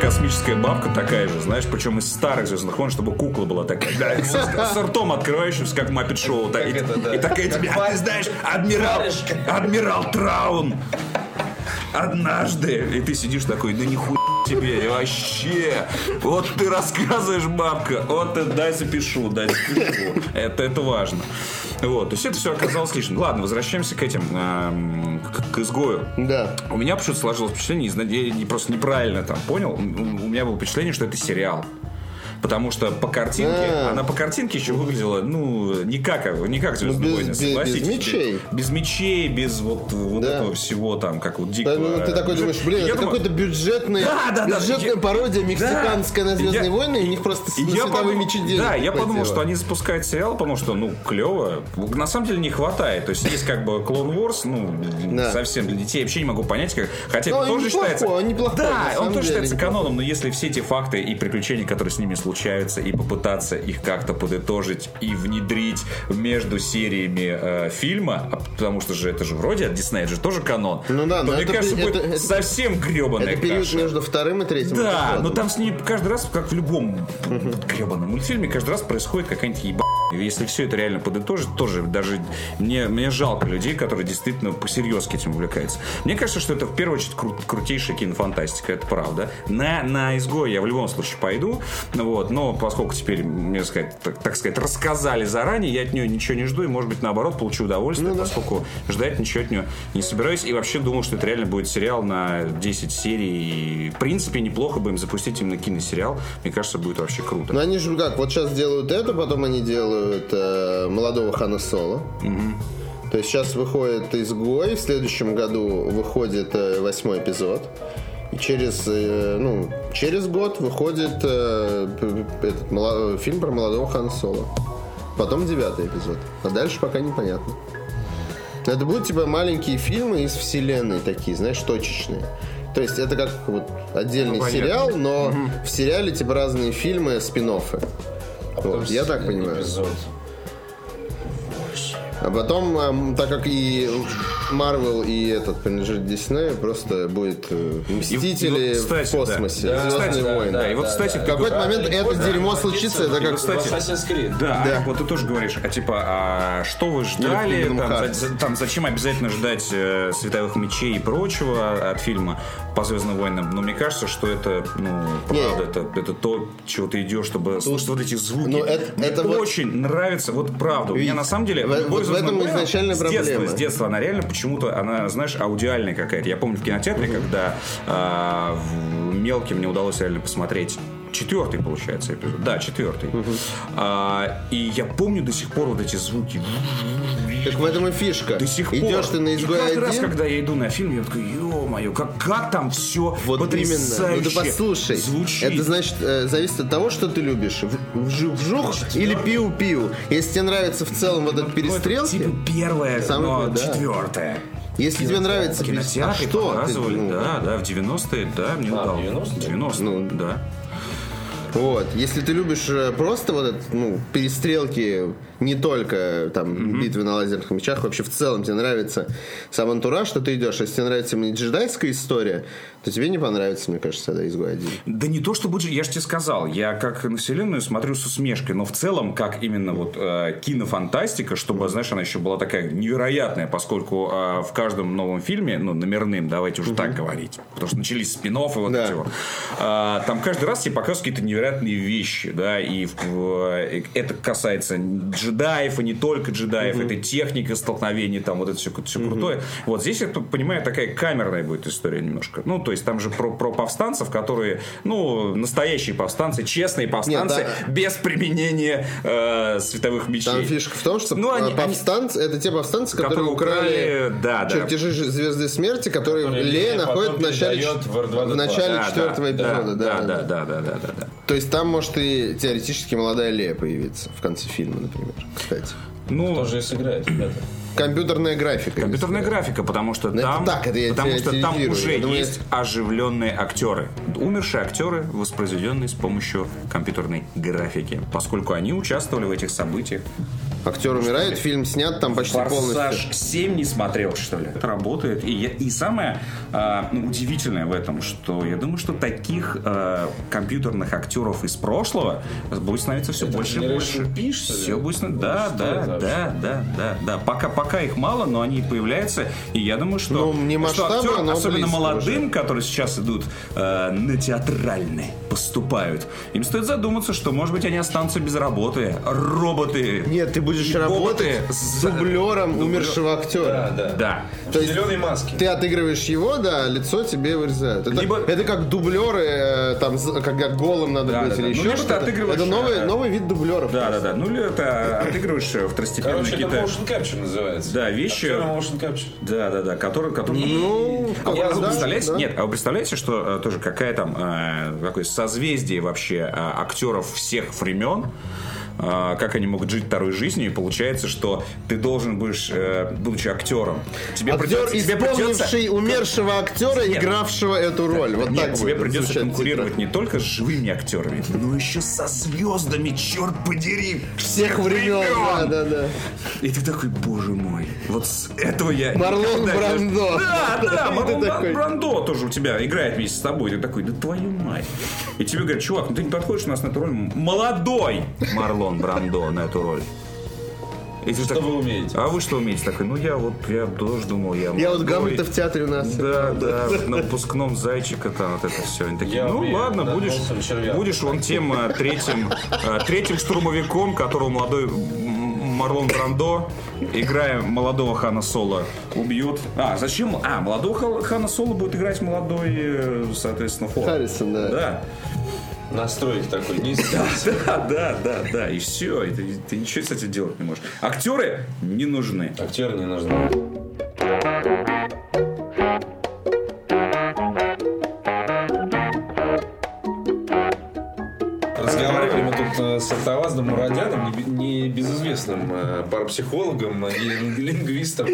космическая бабка такая же, знаешь, причем из старых звездных войн, чтобы кукла была такая, да, с, с ртом открывающимся, как Маппет Шоу. да, и, Как это, да. и такая тебе, а ты знаешь, адмирал, адмирал Траун. Однажды. И ты сидишь такой, да нихуя тебе, и вообще. Вот ты рассказываешь, бабка, вот ты дай запишу, дай запишу. Это, это важно. Вот, то есть это все оказалось лишним. Ладно, возвращаемся к этим, эм, к- к изгою. Да. У меня почему-то сложилось впечатление, не знаю, я не- просто неправильно там понял. У меня было впечатление, что это сериал. Потому что по картинке, А. она по картинке еще выглядела, ну, не как, не как «Звездные без- Ну, войны», без- без согласитесь. мечей. Без мечей, без вот, вот Да. этого всего там, как вот Да, дикого. э, ну, ты такой думаешь, блин, Типа, Я это думаю, какой-то бюджетный, Да, да, да, бюджетная я- пародия мексиканская на Да. «Звездные Я- войны», и у них просто с И я световыми подумал- мечи денег Да, я подумал, хватило. что они запускают сериал, потому что, ну, клево. На самом деле не хватает. То есть есть как бы Clone Wars, ну, Да. совсем для детей. Я вообще не могу понять, как... Хотя Ну, это тоже неплохой, считается... он неплохой, на да, самом он тоже деле считается неплохой. каноном, но если все эти факты и приключения, которые с ними случаются, и попытаться их как-то подытожить и внедрить между сериями э, фильма, а потому что же это же вроде от Диснея, это же тоже канон, Ну да, то, но мне это кажется, пе- будет это- это- совсем гребаная Это период каша. между вторым и третьим Да, ну эпизодом. но там с ней каждый раз, как в любом гребаном мультфильме, каждый раз происходит какая-нибудь еба. Если все это реально подытожить, тоже даже мне, мне жалко людей, которые действительно по-серьезки этим увлекаются. Мне кажется, что это в первую очередь кру- крутейшая кинофантастика, это правда. На, на изгой я в любом случае пойду, ну вот, но поскольку теперь, мне сказать, так, так сказать, рассказали заранее, я от нее ничего не жду и, может быть, наоборот, получу удовольствие, Ну поскольку ждать ничего от нее не собираюсь. И вообще думал, что это реально будет сериал на 10 серий. И, в принципе, неплохо бы им запустить именно киносериал. Мне кажется, будет вообще круто. Но они же как, вот сейчас делают это, потом они делают э, молодого Хана Соло. То есть сейчас выходит изгой, в следующем году выходит э, восьмой эпизод. И через, э, ну, через год выходит э, п- п- этот мало- фильм про молодого Хана Соло. Потом девятый эпизод. А дальше пока непонятно. Это будут типа маленькие фильмы из вселенной такие, знаешь, точечные. То есть это как вот отдельный понятно. сериал, но в сериале типа разные фильмы, спин А Вот, я так понимаю. Эпизод. А потом, эм, так как и Марвел, и этот принадлежит Диснею, просто будет э, Мстители И вот, кстати, в космосе, да. Да, Звездные кстати, да, войны. Да, и вот, кстати, в В какой-то момент Да, это да, дерьмо да, случится, это да, как... да. Кстати, Assassin's Creed. Да, Да. Олег, вот ты тоже говоришь, а типа, а что вы ждали, Kingdom там, Hearts. за- за- там, зачем обязательно ждать э, световых мечей и прочего от фильма по Звездным войнам? Но мне кажется, что это, ну, правда, Не. это, это то, чего ты идешь, чтобы слушать вот эти звуки. ну, это- мне это вот- очень нравится, вот правда. У Видите, меня на самом деле в- вот Э, любой в «Звездные этом войны» изначальная с детства, проблема. С детства она реально почему-то, она, знаешь, аудиальная какая-то. Я помню в кинотеатре, когда а, в- мелким мне удалось реально посмотреть четвертый, получается, эпизод. Да, четвертый. А, и я помню до сих пор вот эти звуки. Так в этом и фишка. До сих пор. Идешь ты на И изгой каждый один, раз, когда я иду на фильм, я такой, ё-моё, как, как там все Вот именно. потрясающе Ну ты послушай. звучит. Это значит, э, зависит от того, что ты любишь. В- Вжух, вжух или пиу-пиу. Если тебе нравится в целом вот этот Ну, это перестрелки, типа первое, Самый но крутой, да. четвертое. если тебе нравится В перес- кинотеатре а что? ты, показывали, ну, да, да, в 90-е, да, мне А, удалось. 90-е? 90-е, Ну, да. Вот. Если ты любишь э, просто вот этот, ну, перестрелки, не только там битвы на лазерных мечах, вообще в целом тебе нравится сам антураж, что ты идешь. Если тебе нравится именно джедайская история, то тебе не понравится, мне кажется, да, изгой один. Да не то, что будет... Я же тебе сказал, я как на вселенную смотрю с усмешкой, но в целом, как именно вот э, кинофантастика, чтобы, знаешь, она еще была такая невероятная, поскольку э, в каждом новом фильме, ну, номерным, давайте уже так говорить, потому что начались спин и вот Да. эти вот, а, там каждый раз тебе показывают какие-то невероятные вещи, да, и в- в- это касается джедаев, и не только джедаев, это техника столкновений, там вот это все, крутое. Вот здесь, я тут понимаю, такая камерная будет история немножко. Ну, то есть там же про, про повстанцев, которые, ну, настоящие повстанцы, честные повстанцы, Нет, да. без применения э, световых мечей. Там фишка в том, что Ну, они- э, повстанцы, это те повстанцы, которые, украли да, А, да. чертежи Ж- Звезды Смерти, которые Которые Лея Лея находит в потом начале, передает ч- в R2D2. в начале А, Да, четвертого да, эпизода. Да, да, да, да, да, да, да. То есть там может и теоретически молодая Лея появиться в конце фильма, например. Кстати. Ну, Тоже и сыграет, ребята. Компьютерная графика. Компьютерная графика, потому что Ну, это там, так, это я потому тебя что там теоризирую. уже Я думаю, есть оживленные актеры, умершие актеры, воспроизведенные с помощью компьютерной графики, поскольку они участвовали в этих событиях. Актер умирает, фильм снят там почти полностью. Форсаж 7 не смотрел, что ли? Это работает. И, я- и самое а, ну, удивительное в этом, что я думаю, что таких а, компьютерных актеров из прошлого будет становиться все больше и больше. Generation P, что ли? Все будет становиться. Да, Что да, это да, вообще? да, да, да, Пока, пока их мало, но они появляются. И я думаю, Ну, что, не что масштабно, актеры, но особенно близко молодым, которые сейчас идут э, на театральные, поступают, им стоит задуматься, что, может быть, они останутся без работы. Роботы. Нет, ты будешь И работать роботы с за- дублером умершего Да, актера. да. Да. То В есть- зеленой маске. Ты отыгрываешь его, да, а лицо тебе вырезают. Это, Либо- это как дублеры, э, там, з- как, как голым надо Да, быть да, да. или Ну, еще либо ты что-то. отыгрываешь, Это новый, э, новый вид дублеров. Да, да, да. Ну или это отыгрываешь э, второстепенные Короче, это какие-то. motion capture называется. Да, вещи- Актёры motion capture. Да, да, да. Который, который... Ну, А вы да, представляете? да. Нет, а вы представляете, что э, тоже какая там э, какое созвездие вообще э, актеров всех времен? э, как они могут жить второй жизнью, и получается, что ты должен будешь, э, будучи актером, тебе Актер, придется, тебе придется, исполнивший умершего актера, Нет. игравшего эту роль. Вот Нет, так тебе будет придется звучать типа. конкурировать титры. не только с живыми актерами, но еще со звездами, черт подери, Всех времен, да, времен! да, да. И ты такой, боже мой, вот с этого я... Марлон никогда не- Брандо. Да, да, Ты Марлон такой. Брандо тоже у тебя играет вместе с тобой. И Ты такой, да твою мать. И тебе говорят, чувак, ну ты не подходишь у нас на эту роль. Молодой Марлон Брандо на эту роль. И ты Что такой, вы умеете? А вы что умеете? Такой, ну я вот, я тоже думал, я Я вот молодой». Гамлета в театре у нас. Да, да, вот на выпускном зайчика там вот это все. Они такие, Я ну умею, ладно, над будешь, носом червяк». будешь вон тем э, третьим, э, третьим штурмовиком, которого молодой м, Марлон Брандо, играя молодого Хана Соло, убьет. А, зачем? А, молодого Ха- Хана Соло будет играть молодой, э, соответственно, Форд. Харрисон, да. Да, [laughs] Настройки такой [laughs] низкий. да, да, да, да, и все. И ты, ты ничего с этим делать не можешь. Актеры не нужны. Актеры не нужны. Разговаривали мы тут э, с Артавазным Мурадяном, не бе- не безызвестным э, парапсихологом и [laughs] лин- лингвистом,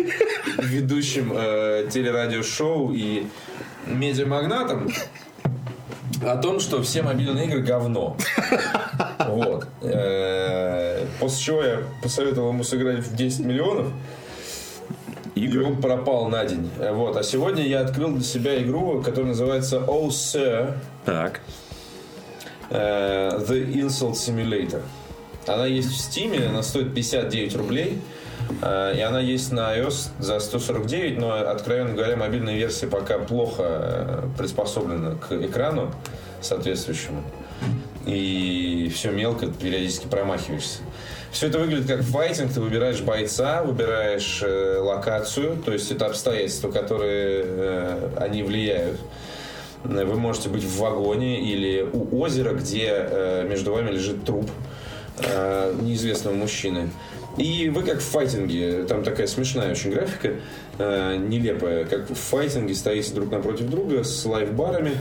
ведущим э, телерадиошоу и медиамагнатом, о том, что все мобильные игры говно. Вот. Э, После чего я посоветовал ему сыграть в 10 миллионов. И он пропал на день. Э, Вот. А сегодня я открыл для себя игру, которая называется Oh Sir Так. э, The Insult Simulator. Она есть в Steam, она стоит 59 рублей. э, И она есть на iOS за 149, но, откровенно говоря, мобильная версия пока плохо э, приспособлена к экрану соответствующему. И все мелко, периодически промахиваешься. Все это выглядит как файтинг, ты выбираешь бойца, выбираешь э, локацию, то есть это обстоятельства, которые э, они влияют. Э, Вы можете быть в вагоне или у озера, где э, между вами лежит труп э, неизвестного мужчины. И вы как в файтинге, там такая смешная очень графика, э, нелепая, как в файтинге стоите друг напротив друга с лайфбарами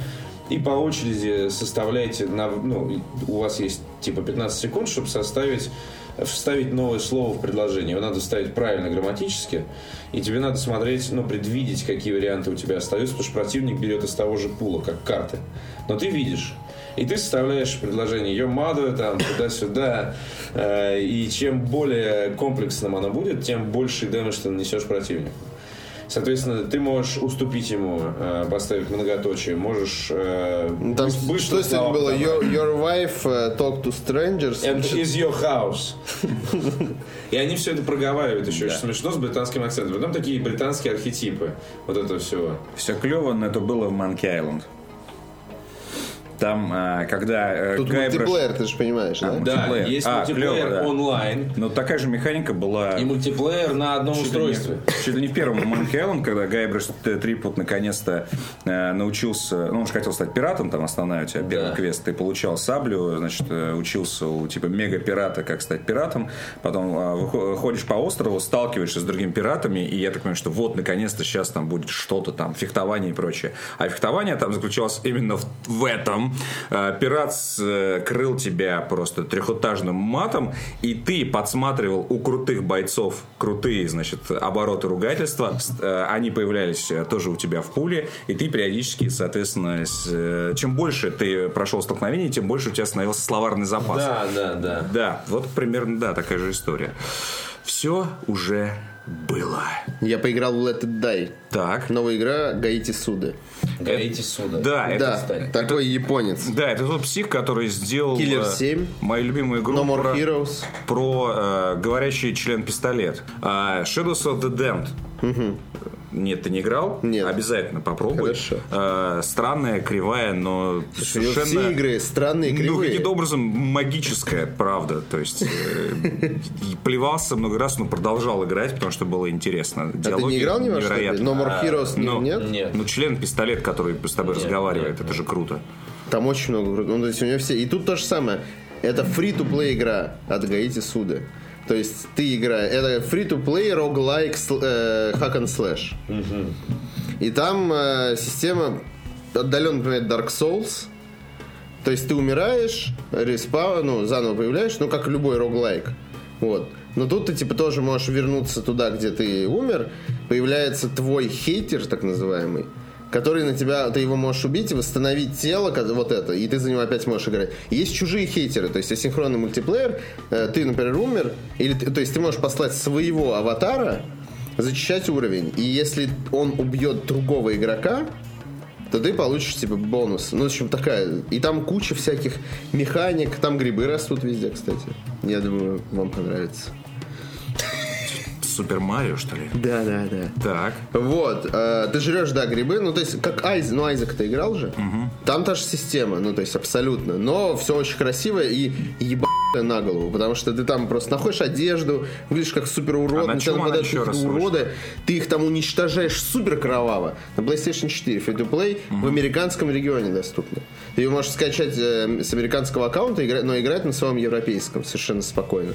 и по очереди составляете, на, ну, у вас есть типа 15 секунд, чтобы составить вставить новое слово в предложение. Его надо вставить правильно грамматически, и тебе надо смотреть, ну, предвидеть, какие варианты у тебя остаются, потому что противник берет из того же пула, как карты. Но ты видишь. И ты составляешь предложение ее mother, там, туда-сюда. Э, И чем более комплексным оно будет, тем больше дэмэдж ты нанесешь противнику. Соответственно, ты можешь уступить ему, э, поставив многоточие, можешь... э, Ну, Там, быс- быстро что с этим слова было? подобрать. Your, your wife э, talk to strangers. And is your house. И они все это проговаривают еще очень смешно с британским акцентом. Потом такие британские архетипы вот этого всего. Все клево, но это было в Манки Айленд. Там, а, когда э, Тут Гайбраш- мультиплеер, ты же понимаешь, да? мульти- Да, Мультиплеер. есть А, мультиплеер клево, да. онлайн Но Ну, такая же механика была... и мультиплеер на одном чуть ли устройстве. не- Чуть ли не в первом Манки Айленд, когда Гайбраш Т- Трипут наконец-то э, научился... Ну, он же хотел стать пиратом, там основная у тебя первый Да. квест. Ты получал саблю, значит, э, учился у типа мега-пирата, как стать пиратом. Потом э, выхо- ходишь по острову, сталкиваешься с другими пиратами, и я так понимаю, что вот, наконец-то, сейчас там будет что-то там, фехтование и прочее. А фехтование там заключалось именно в, в этом. потом э, пират с- э, крыл тебя просто трехэтажным матом, и ты подсматривал у крутых бойцов крутые, значит, обороты ругательства. С- э, Они появлялись э, тоже у тебя в пуле, и ты периодически, соответственно, с- э, чем больше ты прошел столкновений, тем больше у тебя становился словарный запас. Да, да, да. Да, вот примерно, да, такая же история. Все уже было. Я поиграл в Let It Die. Так. Новая игра Гаити Суды. Гаити суда. Да, да, А это... кстати. такой японец. Да, это тот псих, который сделал Killer э, 7. мою любимую игру No More про, Heroes. про, э, говорящий член-пистолет. А, Shadows of the Damned. Нет, ты не играл? Нет. Обязательно попробуй. Хорошо. Э, странная, кривая, но У неё совершенно... Все игры странные, Ну, кривые. каким-то образом магическая, правда. То есть э, и плевался много раз, но продолжал играть, потому что было интересно. а ты Диалоги не играл ни во что? ли? невероятно. No More Heroes не- но- нет? Нет. Ну, член-пистолет, который с тобой разговаривает, это же круто. Там очень много крутого. Ну, то есть у него все. И тут то же самое. Это фри-то-плей игра от Гаити Суды. То есть ты играешь. Это фри-то-плей roguelike сл- э, hack and slash. И там э, система отдаленно например, Dark Souls. То есть ты умираешь, респа, ну, заново появляешь, ну, как любой роглайк. Вот. Но тут ты, типа, тоже можешь вернуться туда, где ты умер. Появляется твой хейтер, так называемый, который на тебя, ты его можешь убить и восстановить тело, ко- вот это, и ты за него опять можешь играть. Есть чужие хейтеры, то есть асинхронный мультиплеер, э, ты, например, умер, или, ты- то есть ты можешь послать своего аватара зачищать уровень, и если он убьет другого игрока, то ты получишь, типа, бонус. Ну, в общем, такая. И там куча всяких механик. Там грибы растут везде, кстати. Я думаю, вам понравится. Супер Марио, что ли? Да, да, да. Так. Вот. э, ты жрешь, да, грибы. Ну, то есть, как Айзек. Ну, Айзек ты играл же. Там та же система. Ну, то есть, абсолютно. Но все очень красиво и еба на голову, потому что ты там просто находишь одежду, выглядишь как супер урод, А на чем она еще раз вышла? уроды, ты их там уничтожаешь супер кроваво. На PlayStation 4 free to play в американском регионе доступно. Ты ее можешь скачать э, с американского аккаунта, игра- но играть на своем европейском совершенно спокойно.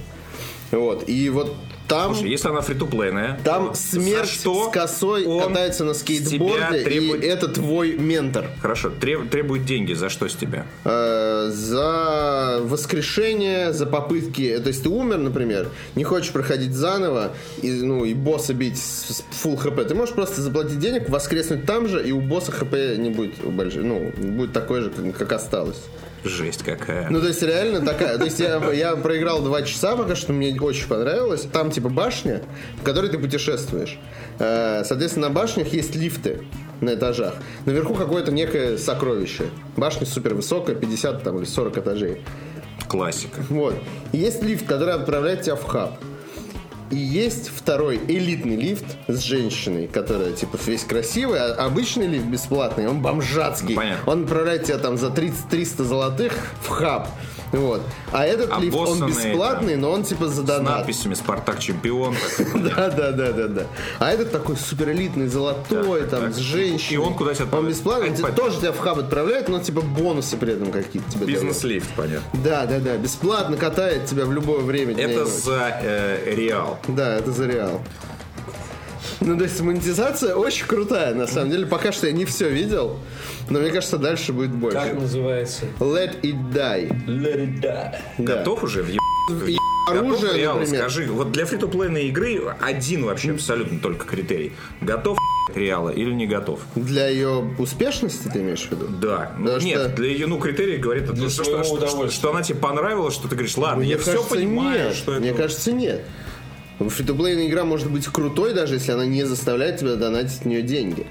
Вот. И вот там... Слушай, если она фритуплейная, Там смерть что с косой он катается на с тебя скейтборде, требует- и это твой ментор. хорошо, треб- требует деньги, за что с тебя? Э, за воскрешение, за попытки... э, То есть ты умер, например, не хочешь проходить заново и, ну, и босса бить с, фул хп. Ты можешь просто заплатить денег, воскреснуть там же, и у босса хп не будет больше, ну, будет такой же, как- как осталось. Жесть какая. Ну, то есть, реально такая. То есть, я, я проиграл два часа пока что, мне очень понравилось. Там, типа, башня, в которой ты путешествуешь. Э, Соответственно, на башнях есть лифты на этажах. Наверху какое-то некое сокровище. Башня супер высокая, 50 там, или 40 этажей. Классика. Вот. И есть лифт, который отправляет тебя в хаб. И есть второй элитный лифт с женщиной, которая, типа, весь красивый, а обычный лифт бесплатный, он бомжатский. Ну, Понятно. Он отправляет тебя там за 30-300 золотых в хаб. Вот. А этот лифт, он Обоссанный, бесплатный, но он, типа, за С донат. надписями «Спартак чемпион». так. [laughs] Да, да, да, да, да. А этот такой супер элитный, золотой, Так, там, так. с женщиной. И он куда тебя Он отправляет? бесплатный, он тебе- Опять. тоже тебя в хаб отправляет, но типа бонусы при этом какие-то тебе дают. Бизнес-лифт, понятно. Да, да, да. Бесплатно катает тебя в любое время. дня и Это ночи. за э, Реал. Да, это за реал. Ну, то есть монетизация очень крутая, на самом деле. Пока что я не все видел, но мне кажется, дальше будет больше. Как называется? Let it die. Let it die. Да. Готов уже? Въеб- И Готов оружие, Реал? например. Скажи, вот для фритуплейной игры один вообще абсолютно только критерий. Готов Реала или не готов? Для ее успешности ты имеешь в виду? Да. Ну, Потому нет, что- для ее, ну, критерий говорит, о том, что, своего что- что- удовольствия. что она тебе понравилась, что ты говоришь, ладно, Мне я все кажется, понимаю, нет. что это... Мне кажется, нет. Фритуплейная игра может быть крутой, даже если она не заставляет тебя донатить в нее деньги.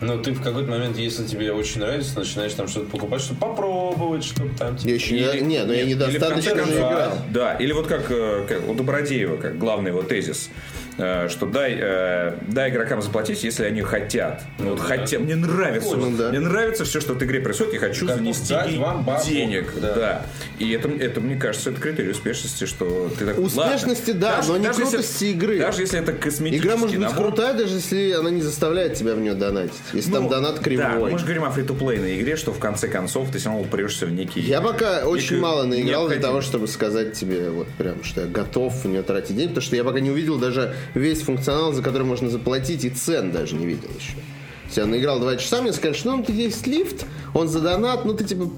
Ну, ты в какой-то момент, если тебе очень нравится, начинаешь там что-то покупать, чтобы попробовать, чтобы там... типа, Я еще или- не... Нет, но я Нет, или в конце недостаточно же концов, играл. Да, или вот как, э, как у Добродеева, как главный его тезис, э, что дай, э, дай игрокам заплатить, если они хотят. Ну, вот хотя, мне нравится, Ну, вот, да. мне нравится все, что в игре происходит, я хочу Как занести дать ей вам бабу. денег. Да. Да. И это, это, мне кажется, это критерий успешности, что ты так... Успешности, да, но не если- крутости игры. Даже если это косметический Игра может быть набор, крутая, даже если она не заставляет тебя в нее донатить. Если там ну, донат Да, кривой. мы же говорим о фри-то-плейной игре, что в конце концов ты все равно упрешься в некий... Я пока очень мало наиграл для необходимо. того, чтобы сказать тебе вот прям, что я готов в нее тратить деньги, потому что я пока не увидел даже весь функционал, за который можно заплатить, и цен даже не видел еще. То есть я наиграл 2 часа, мне сказали, что ну, тут есть лифт, он за донат, ну ты типа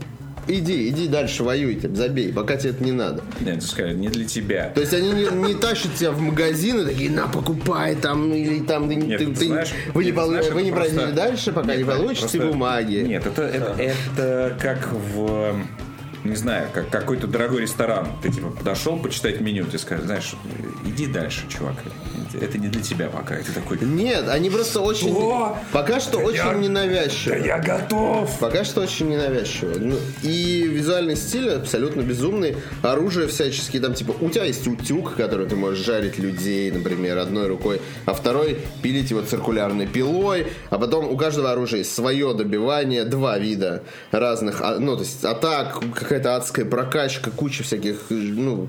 иди, иди дальше воюйте, забей, пока тебе это не надо. Нет, скажи, не для тебя. То есть они не, не тащат тебя в магазины, такие, на, покупай там, или там, ты, Нет, ты- ты ты- знаешь, вы не, нет, ты пол- знаешь, вы это не просто- пройдете дальше, пока не получите просто- бумаги. Нет, это, это, это как в эм, не знаю, как какой-то дорогой ресторан. Ты типа подошел почитать меню, ты скажешь, знаешь, иди дальше, чувак. Это не для тебя пока. И ты такой, Нет, они просто очень... Что? Пока что очень я- ненавязчиво. да я готов! Пока что очень ненавязчиво. Ну, и визуальный стиль абсолютно безумный. Оружие всяческие там, типа, у тебя есть утюг, который ты можешь жарить людей, например, одной рукой, а второй пилить его циркулярной пилой, а потом у каждого оружия есть свое добивание, два вида разных, а, ну, то есть атак, какая-то адская прокачка, куча всяких, ну,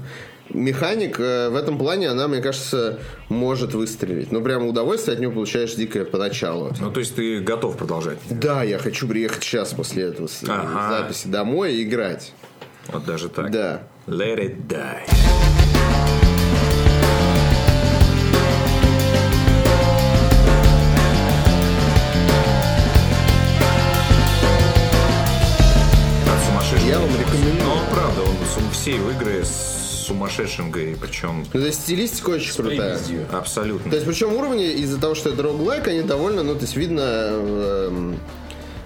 механик э, в этом плане, она, мне кажется, может выстрелить. Ну, прям удовольствие от нее получаешь дикое поначалу. Ну, то есть ты готов продолжать? Да, я хочу приехать сейчас после этого с- Ага. записи домой и играть. Вот даже так. Да. Let it die. Да, сумасшедший. Я вам рекомендую. Ну, правда, он сум- все его игры с сумасшедшингой, причем Ну, то есть стилистика очень крутая. Пиздью. То абсолютно. есть, причем уровни из-за того, что это roguelike, они довольно, ну, то есть видно, эм,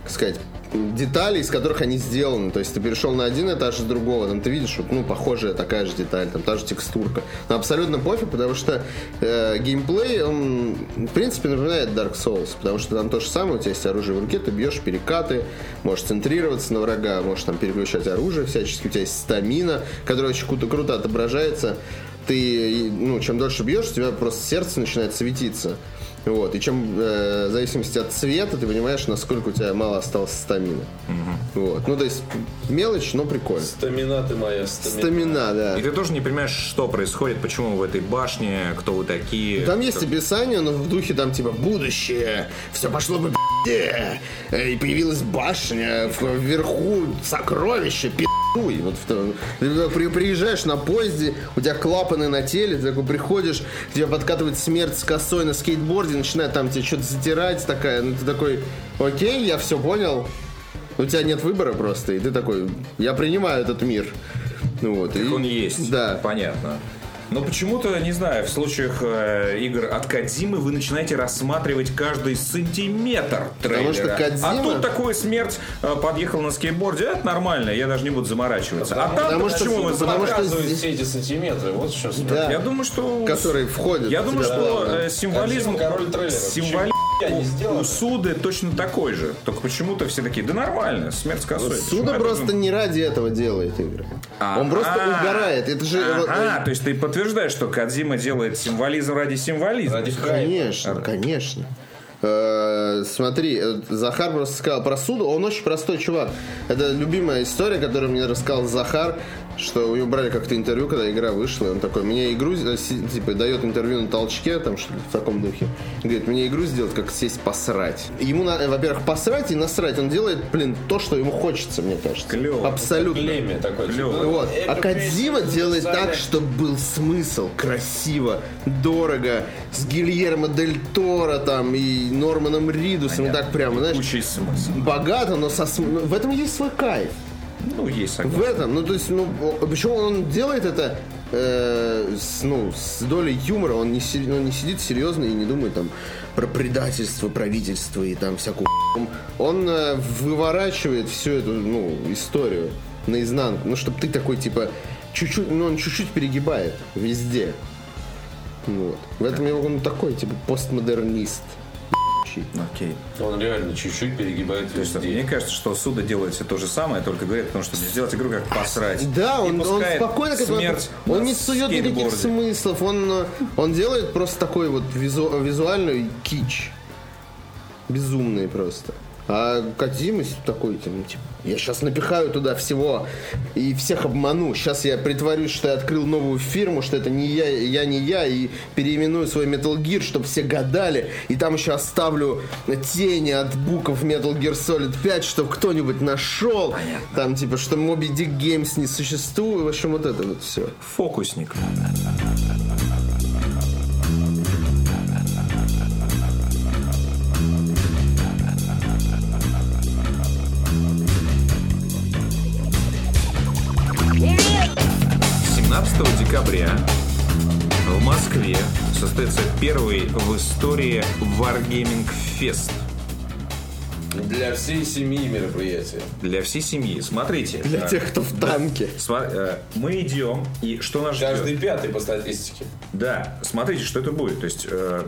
как сказать, детали, из которых они сделаны. То есть ты перешел на один этаж с другого, там ты видишь, вот, ну, похожая такая же деталь, там та же текстурка. Но абсолютно пофиг, потому что э, геймплей, он, в принципе, напоминает Dark Souls, потому что там то же самое, у тебя есть оружие в руке, ты бьешь перекаты, можешь центрироваться на врага, можешь там переключать оружие всячески, у тебя есть стамина, которая очень круто, круто отображается. Ты, ну, чем дольше бьешь, у тебя просто сердце начинает светиться. Вот, и чем э, в зависимости от цвета, ты понимаешь, насколько у тебя мало осталось стамины. Вот. Ну, то есть мелочь, но прикольно. Стамина ты моя, стамина. Стамина, да. И ты тоже не понимаешь, что происходит, почему в этой башне, кто вы такие. Там есть описание, но в духе там типа будущее, все пошло по пи***е, э, и появилась башня, в- вверху сокровище, пи***уй. Вот в то- ты туда при- приезжаешь на поезде, у тебя клапаны на теле, ты такой приходишь, к тебе подкатывает смерть с косой на скейтборде, начинает там тебе что-то затирать такая, ну ты такой, окей, я все понял, у тебя нет выбора просто, и ты такой, я принимаю этот мир. Ну вот, и- Он есть. Да. Понятно. Но почему-то, не знаю, в случаях э, игр от Кадзимы вы начинаете рассматривать каждый сантиметр трейлера. что Кодзима- А тут такой смерть э, подъехал на скейтборде, это нормально, я даже не буду заморачиваться. А там Потому что- почему мы потому что Показывают здесь- все эти сантиметры, вот в чем Да. Я думаю, что... Которые входят. Я в думаю, тебя что плавно. э, символизм... Кодзима король трейлеров. Символизм... Чего я не сделал? У Суды точно такой же. Только почему-то все такие, да нормально, смерть с косой. Почему Суда я просто должен- не ради этого делает игры. Он А, просто а, угорает. Это же... вот, ну, Ага, то есть ты подтверждаешь, что Кадзима делает символизм ради символизма. Ради э, хайпа. Конечно, конечно. Э, Смотри, э, Захар просто сказал про суду. Он очень простой чувак. Это любимая история, которую мне рассказал Захар, что у него брали как-то интервью, когда игра вышла. И он такой, мне игру, э, си- типа, дает интервью на толчке, там, что-то в таком духе. И Говорит, мне игру сделать, как сесть посрать. Ему, на- э, во-первых, посрать и насрать. Он делает, блин, то, что ему хочется, мне кажется. Клёво. Абсолютно. Племя такое. Клёво. типа, Вот. эко-песня, А Кадзима делает социальная. так, чтобы был смысл, красиво, дорого, с Гильермо Дель Торо там и Норманом Ридусом, и так прямо, знаешь, Куча есть смысл. богато, но со см- ну, в этом есть свой кайф. Ну, есть согласен. В этом, ну то есть, ну о- почему он делает это э, с, ну, с долей юмора, он не, си- он не сидит серьезно и не думает там про предательство правительства и там всякую. хуйню. Он э, выворачивает всю эту ну историю наизнанку, ну чтобы ты такой типа чуть-чуть, ну он чуть-чуть перегибает везде. Ну, Вот. В этом его он такой типа постмодернист. ебучий. Окей. Он реально чуть-чуть перегибает То есть, везде. мне кажется, что Суда делает все то же самое, только говорит, потому что сделать игру как посрать. Да, И он, он пускает спокойно к этому смерть относится. Он на не сует никаких скейтборде. смыслов, он, э, он делает просто такой вот визу- визуальный кич. Безумный просто. А Кадзима такой, типа, типа, я сейчас напихаю туда всего и всех обману. Сейчас я притворюсь, что я открыл новую фирму, что это не я, я не я, и переименую свой Metal Gear, чтобы все гадали. И там еще оставлю тени от буков Metal Gear Solid 5, чтобы кто-нибудь нашел. Там типа, что Moby Dick Games не существует. В общем, вот это вот все. Фокусник. В Москве состоится первый в истории Wargaming Fest Для всей семьи мероприятие. для всей семьи. Смотрите, Для а, тех, кто в танке. сва- а, мы идем, и что нас ждет? Каждый пятый по статистике. Да, смотрите, что это будет. То есть, э,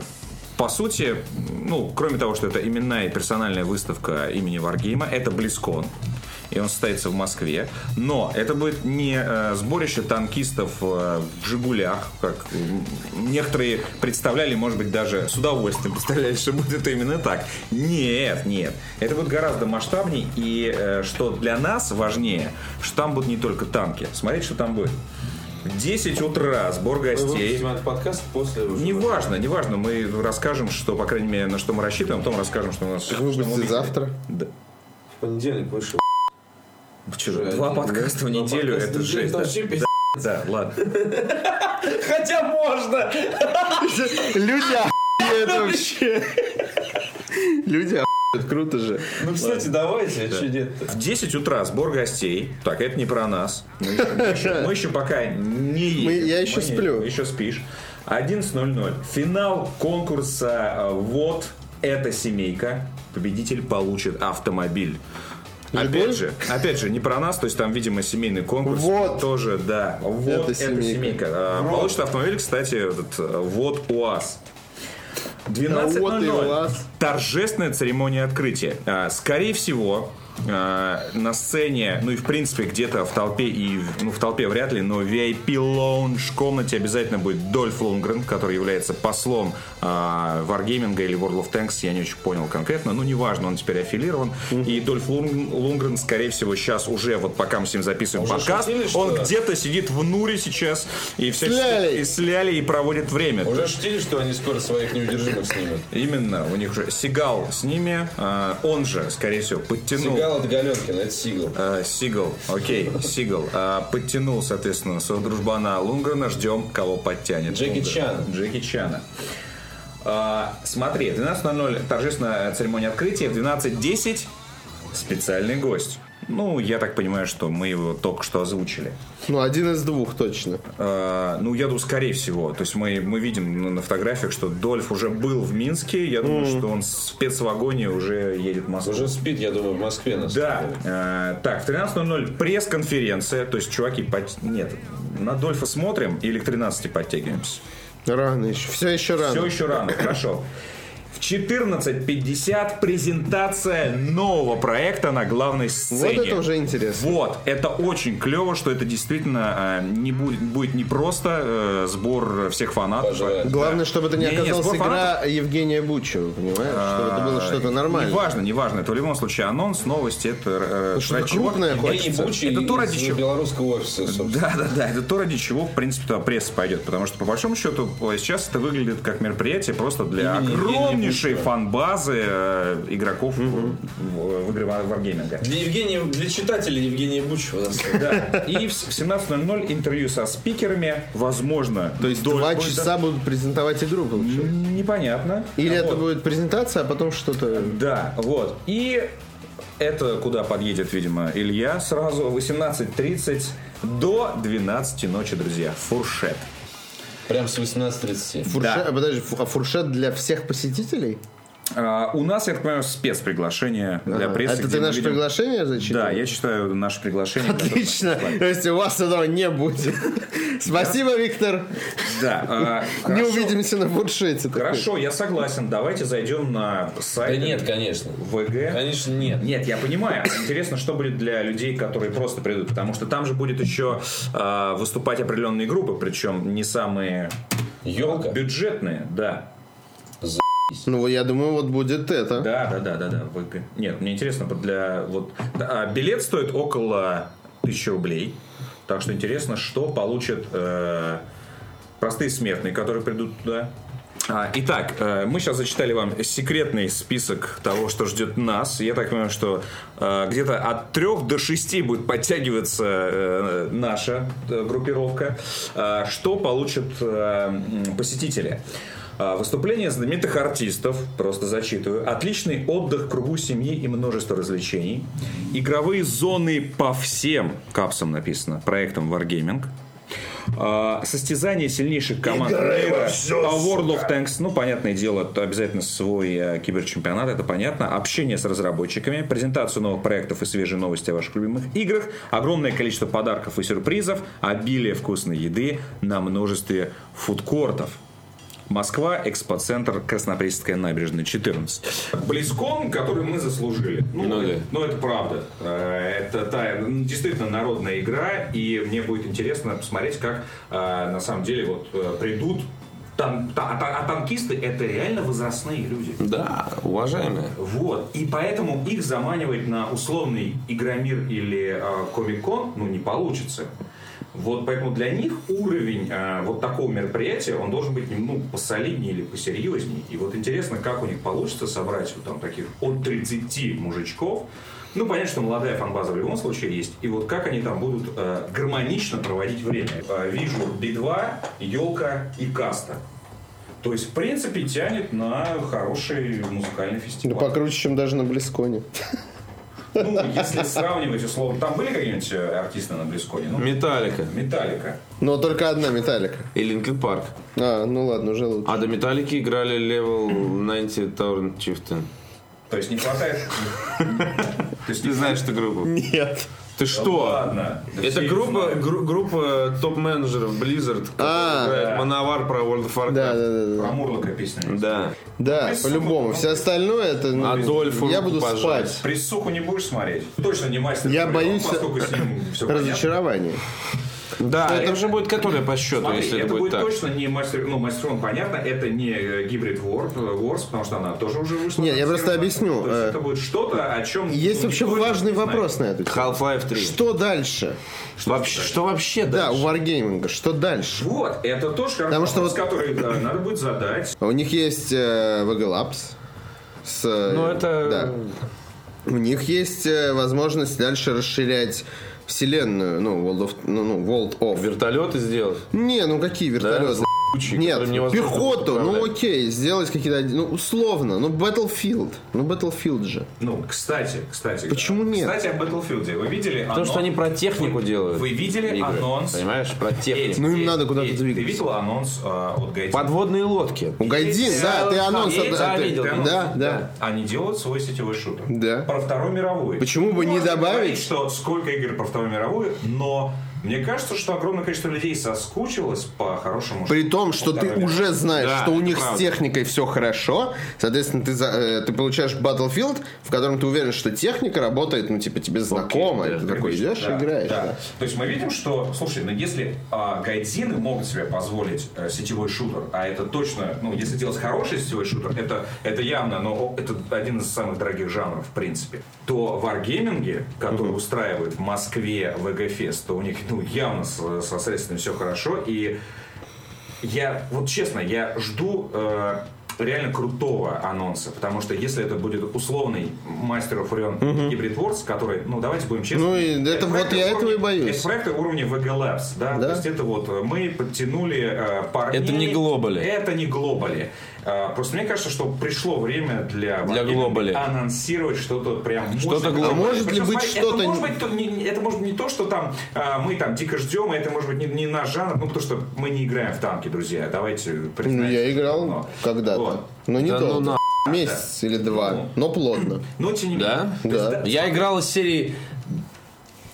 по сути, ну, кроме того, что это именная и персональная выставка имени Варгейма, это Близкон. И он состоится в Москве. Но это будет не э, сборище танкистов э, в Жигулях, как м, некоторые представляли, может быть, даже с удовольствием представляли, что будет именно так. Нет, нет. Это будет гораздо масштабнее. И э, что для нас важнее, что там будут не только танки. Смотрите, что там будет. В 10 утра сбор Мы гостей. выпустим этот подкаст после уже. Неважно, неважно. Мы расскажем, что, по крайней мере, на что мы рассчитываем, потом расскажем, что у нас... Их что мы выпустят увидели. завтра. Да. В понедельник вышел. Чё, два один, подкаста в Э, Два неделю, подкаста это в неделю, жесть. это да. вообще пиздец. Да, ладно. Хотя можно! Люди охуеют вообще. Люди охуеют, круто же. Ну, кстати, давайте, а че нет-то? В 10 утра сбор гостей. Так, это не про нас. Мы еще, мы еще- мы еще пока не едем. Мы- я еще не- сплю. Еще спишь. 11.00. Финал конкурса э, «Вот эта семейка». Победитель получит автомобиль. Жигуль? Опять же, опять же, не про нас, то есть там, видимо, семейный конкурс. Вот. Тоже, да. Вот Эта эта семейка. семейка. Э, Получит автомобиль, кстати, этот, э, вот УАЗ. 12.00. Да вот и УАЗ. Торжественная церемония открытия. А, Скорее всего, а, на сцене, ну и в принципе где-то в толпе и в- ну в толпе вряд ли, но в VIP лаунж комнате обязательно будет Дольф Лунгрен, который является послом а, Wargaming или World of Tanks, я не очень понял конкретно, но неважно, он теперь аффилирован. И Дольф Лун- Лунгрен, скорее всего, сейчас уже вот пока мы с ним записываем подкаст, шутили, что он ли? где-то сидит в Нуре сейчас и все Сляли. и сляли и проводит время. Уже шутили, что они скоро своих неудержимых снимут. Именно, у них уже Сигал с ними, э, он же, скорее всего, подтянул. Сигал от Галенкина, это сигал. э, Сигал, окей, Сигал. э, подтянул, соответственно, своего дружбана Лунгрена. Ждем, кого подтянет. Джеки Лунгрен. Чана. Джеки Чана. Э, смотри, в 12.00 торжественная церемония открытия, в 12.10 специальный гость. Ну, я так понимаю, что мы его только что озвучили. Ну, один из двух точно. Э, ну, я думаю, скорее всего. То есть мы, мы видим на, на фотографиях, что Дольф уже был в Минске. Я думаю, что он в спецвагоне уже едет в Москву. Уже спит, я думаю, в Москве нас. Да. Э, так, в 13.00 пресс-конференция. То есть, чуваки, под- нет, на Дольфа смотрим или к 13 подтягиваемся? Рано еще. Все еще Все рано. еще рано, хорошо. В 14.50 презентация нового проекта на главной Вот сцене. это уже интересно. Вот, это очень клево, что это действительно э, не будет, будет не просто э, сбор всех фанатов. а Пожелаю. Главное, чтобы это не Не-не-не, оказалась сбор игра Евгения Бучева, понимаешь? Чтобы это было что-то Не нормальное. Ну, важно, не важно. Это в любом случае анонс, новости, это... э, что-то ради чего- крупное это- Гений Бучи Это то, из ради чего... белорусского офиса, собственно. Да, да, да, это то, ради чего, в принципе, туда пресса пойдет. Потому что, по большому счету, э, сейчас это выглядит как мероприятие просто для Имени Евгения огромнейшей Бутова. фан-базы э, игроков в, в игры Wargaming. Для Евгения, для читателей Евгения Бучева. да, собственно. Да. И в с- в 17.00 интервью со спикерами, возможно, То есть Дольф два будет- часа будут презентовать игру, получается. Непонятно. Или А это вот. будет презентация, а потом что-то... Да, вот. И это куда подъедет, видимо, Илья сразу. 18.30 до 12 ночи, друзья. Фуршет. Прям с 18.30. Фуршет, Да. а, подожди, фу- а фуршет для всех посетителей? А, у нас, я так понимаю, спецприглашение для А, прессы. это где ты мы наше видим- приглашение зачитал? Да, я считаю, наше приглашение. которое- Отлично. То есть у вас этого не [laughs] будет. Спасибо, Виктор. Да. а, Не хорошо. увидимся на фуршете. такой. Хорошо, я согласен. Давайте зайдем на Да сайт нет, конечно. ВГ. Конечно, нет. Нет, я понимаю. Интересно, что будет для людей, которые просто придут, потому что там же будет еще э, выступать определенные группы, причем не самые Елка. бюджетные, да. Ну, я думаю, вот будет это. Да, да, да, да, да. ВГ. Нет, мне интересно, вот для вот а, билет стоит около 1000 рублей, так что интересно, что получат э, простые смертные, которые придут туда. А, Итак, э, мы сейчас зачитали вам секретный список того, что ждет нас. Я так понимаю, что э, где-то от 3 до 6 будет подтягиваться э, наша э, группировка. Э, Что получат э, м, посетители? А, Выступления знаменитых артистов, просто зачитываю. Отличный отдых в кругу семьи и множество развлечений. Игровые зоны по всем капсам написано, проектом Wargaming. А, состязание сильнейших команд мира. а World of Tanks, ну, понятное дело, это обязательно свой э, киберчемпионат, это понятно. Общение с разработчиками, презентацию новых проектов и свежие новости о ваших любимых играх, огромное количество подарков и сюрпризов, обилие вкусной еды на множестве фудкортов. Москва, экспоцентр, Краснопресненская набережная, 14. Близком, который мы заслужили. Ну, Ну да. ну, это правда. Э, Это та, ну, действительно народная игра, и мне будет интересно посмотреть, как э, на самом деле вот э, придут тан- та- а та- а танкисты это реально возрастные люди. Да, уважаемые. Вот. И поэтому их заманивать на условный Игромир или э, Комик-кон, ну, не получится. Вот поэтому для них уровень э, вот такого мероприятия, он должен быть нем- ну, посолиднее или посерьезнее. И вот интересно, как у них получится собрать вот там таких от 30 мужичков. Ну, понятно, что молодая фанбаза в любом случае есть. И вот как они там будут э, гармонично проводить время. Э, вижу Би-2, Елка и Каста. То есть, в принципе, тянет на хороший музыкальный Ну, фестиваль. покруче, чем даже на Близконе. Ну, если сравнивать, условно, там были какие-нибудь э, артисты на Близконе? Ну, Металлика Металлика. Но только одна Металлика. и Линкен Парк. А, ну ладно, уже лучше. А до Металлики играли Level 90 Torrent Chieftain. То есть не хватает... То есть Ты знаешь эту группу? Нет. Ты что? Ладно. Да Это все их группа, знают. гру- группа топ-менеджеров Blizzard, А, которая играет Мановар про World of Да, да, Warcraft. да, да. Про А Мурлока песня. Да. Да, по-любому. Все остальное это... ну, Адольфу Я буду руку пожать. спать. Приссуху не будешь смотреть? Точно не мастер. Я Клеон, боюсь- Поскольку с ним все понятно. Разочарование. Да, это уже будет которая по счету, Смотри, если это это будет будет так. точно не мастер, ну, мастерон, понятно, это не э, Hybrid War, э, Wars, потому что она тоже уже вышла. Нет, я просто объясню, То есть э, это будет что-то, о чем... Есть ну, вообще никто не важный знает. вопрос на эту тему. Half-Life 3. Что дальше? вообще, что вообще Да, у дальше? Wargaming. Что дальше? Вот, это тоже Потому что вопрос, вот- который да, надо будет задать. У них есть э, VG Labs. С, э, Ну, это- Да. У них есть э, возможность дальше расширять вселенную. Ну, World of... Ну, ну, World of. Вертолеты сделать? Не, ну какие Да, вертолеты? Кучи, Нет, которым невозможно пехоту, ну управлять. окей, сделать какие-то, ну условно, ну Battlefield, ну Battlefield же. Ну, кстати, кстати. Почему да. нет? Кстати, о Battlefield. Вы видели Потому анонс? что они про технику делают. Вы видели игры, анонс? Понимаешь, про технику. Эти- Ну, им эти- надо куда-то эти- двигаться. Ты видел анонс а, от Гайдина? Подводные лодки. У Гайдин, э, да, ты анонс, есть, от- да, ты- а, видел, да, видел. да, Да. Они делают свой сетевой шутер. Да. Про Вторую мировую. Почему бы не Можно добавить? говорить, что сколько игр про Вторую мировую, но мне кажется, что огромное количество людей соскучилось по хорошему При том, что ты Второй уже знаешь, Да, что у это них с правда. техникой все хорошо, соответственно, ты, за- э, ты получаешь Battlefield, в котором ты уверен, что техника работает, ну типа тебе знакома, да, и ты такой идешь и Да, играешь. да. да. То есть мы видим, что, слушай, ну если а, гайдзины могут себе позволить э, сетевой шутер, а это точно, ну если делать хороший сетевой шутер, это, это явно, но это один из самых дорогих жанров в принципе, то варгейминги, которые устраивают в Москве ВГ-фест, то у них ну, явно со, со средствами все хорошо, и я, вот честно, я жду э, реально крутого анонса, потому что если это будет условный Master of Orion Hybrid Wars, который, ну давайте будем честны. Ну и это вот проекты я уровня- этого и боюсь. Это проекты уровня VG Labs, да? Да. То есть это вот э, мы подтянули э, парней. Это не глобали. Это не глобали. Э, просто мне кажется, что пришло время для, Для Wargaming глобали. анонсировать что-то прям Что-то мощное. глобали. А может ли Причем, быть смотри, что-то Это может не- быть то- не- не- это может быть не то, что там э, мы там дико ждем, и это может быть не, не наш жанр, ну потому что мы не играем в танки, друзья. Давайте Ну, признаемся. я играл Но- когда-то, Вот. но не Да ну долго. Месяц или Ну. два, но плотно. Но тем не менее. Да? То есть, да, Я играл из серии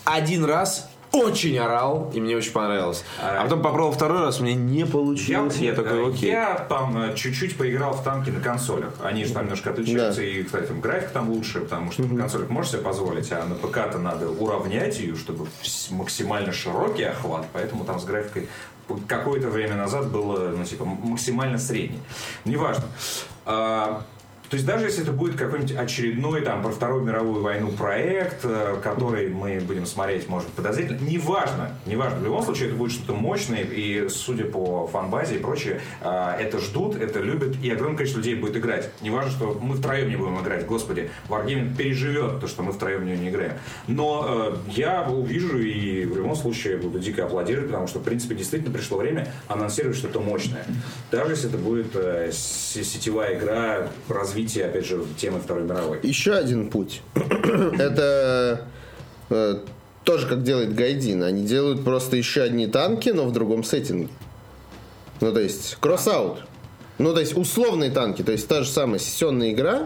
один раз, очень орал, и мне очень понравилось. А потом попробовал второй раз, мне не получилось. Я, нет, такой, э, окей. я там э, чуть-чуть поиграл в танки на консолях. Они же там немножко отличаются. И, кстати, там график там лучше, потому что на консолях можешь себе позволить, а на ПК-то надо уравнять ее, чтобы вс- максимально широкий охват. Поэтому там с графикой какое-то время назад было, ну, типа, м- максимально средний. Неважно. А, то есть даже если это будет какой-нибудь очередной там про Вторую мировую войну проект, э, который мы будем смотреть, может, подозрительно, неважно, неважно. В любом случае это будет что-то мощное, и судя по фанбазе и прочее, э, это ждут, это любят, и огромное количество людей будет играть. Неважно, что мы втроем не будем играть, господи, Wargaming переживет то, что мы втроем в нее не играем. Но э, я увижу и в любом случае буду дико аплодировать, потому что, в принципе, действительно пришло время анонсировать что-то мощное. Даже если это будет э, се- сетевая игра, развитие, [clears throat] опять же, темы Второй мировой. Еще один путь. Это э, тоже как делает Гайдин. Они делают просто еще одни танки, но в другом сеттинге. Ну, то есть, кросс-аут. Ну, то есть, условные танки, то есть, та же самая сессионная игра,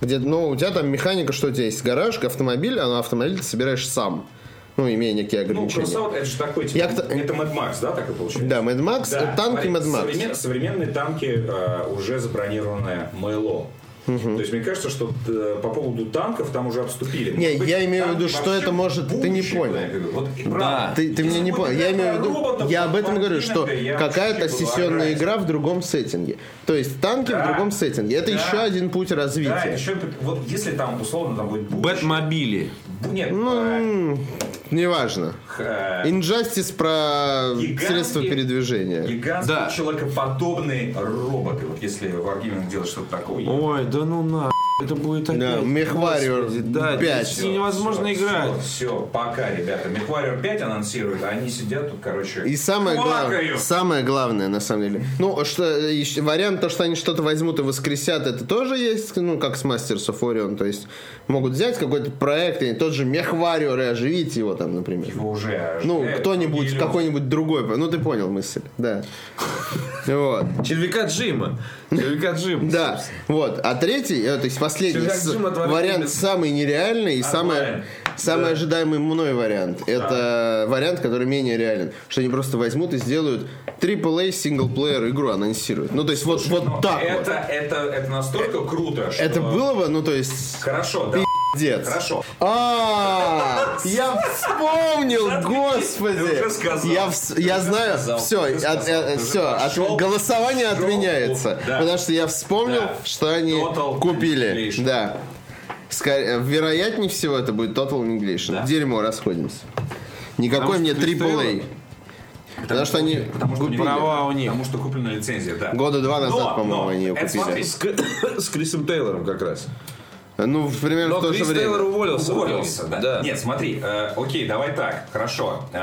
где, ну, у тебя там механика, что у тебя есть гараж, автомобиль, а на автомобиль ты собираешь сам, ну, имея некие Ну, ограничения. Кросаут это же такой, типа, Я к- это Mad Max, да, так и получается? да, Mad Max, Да, танки смотри, Mad Max. современ- современные танки а, уже забронированное мыло. То есть мне кажется, что э, по поводу танков там уже обступили. Не, Может быть, я имею в там виду, что вообще это может- ты не будущее, понял. я говорю. Вот А, и правда. Ты, ты Если меня не будет понял. Я такая имею в виду, роботов, я об этом говорю, что картинка, я какая-то вообще буду сессионная орать. игра в другом сеттинге. То есть танки в Да. другом сеттинге. Это Да. еще один путь Да, развития. еще вот если там условно там будет будущее- Бэтмобили. Бу- Нет, Ну, э, М, Неважно. х- э, Инжастис про Гигантский- средства передвижения. гигантские Да. человекоподобные роботы. Вот если Wargaming делает что-то такое. Ой, да ну на. Это будет опять. Да, Мехвариор Господи, да, 5. здесь невозможно играть. Все, пока, ребята. MechWarrior 5 анонсируют, а они сидят тут, короче, И самое, глав- квакают. самое главное, на самом деле. Ну, что, э, еще вариант, то, что они что-то возьмут и воскресят, это тоже есть, ну, как с Masters of Orion. То есть могут взять какой-то проект, и тот же Мехвариор и оживить его там, например. его уже Э, Ну, ожидают, кто-нибудь, или- какой-нибудь другой. Ну, ты понял мысль, да. Вот. Червяка Джима. Червяка Джима. Да, вот. А третий, э, то есть последний Червяк с- Джим отвратителен. вариант самый нереальный и самый, Онлайн. самый ожидаемый мной вариант. Это вариант, который менее реален. Что они просто возьмут и сделают AAA синглплеер игру анонсируют. Ну, то есть вот, Но вот так вот. Э, это, это, это настолько круто, что... Это было бы, ну, то есть... Хорошо, да, Дец. хорошо. А, я вспомнил, Ты господи. уже сказал. Я вс- я знаю, сказал, все, ты уже от- сказал, э, ты уже все, от- пошел. голосование Шел, отменяется, да. потому что я вспомнил, Да. что они Total купили, Annihilation. да. Скорее, вероятнее всего это будет Total Да. Annihilation. Дерьмо, расходимся. Никакой мне что AAA. фристайло? Потому что они купили. Права у них. Потому что куплена лицензия, да. Года два Но, назад, по-моему, но, они ее это купили. смотри, С, К- с Крисом Тейлором как раз. Ну, примерно Но в то же Крис Тейлор время. уволился. Уволился, да? Да. Нет, смотри, э, окей, давай так, хорошо. Э,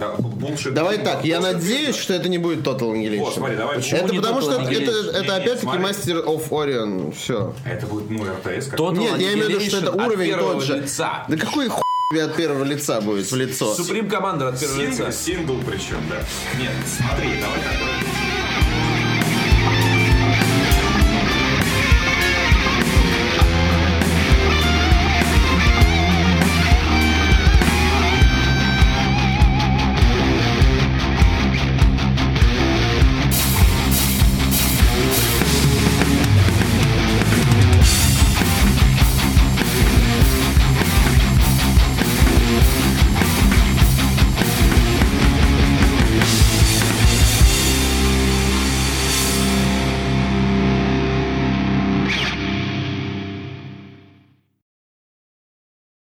да, bullshit- Давай так, я bullshit- надеюсь, что это не будет Total Annihilation. Вот, смотри, давай. Почему? Это не потому что Total это, это- Annihilation? это Не, не, опять-таки смотри. Master of Orion. Все. Это будет, ну, РТС, как Тот- Total Нет, я имею в виду, что Annihilation это от уровень первого тот же. лица. Да какой хуй тебе от первого лица будет в лицо? Суприм командер от первого лица. Сингл, сингл причем, да. Нет, смотри, давай так.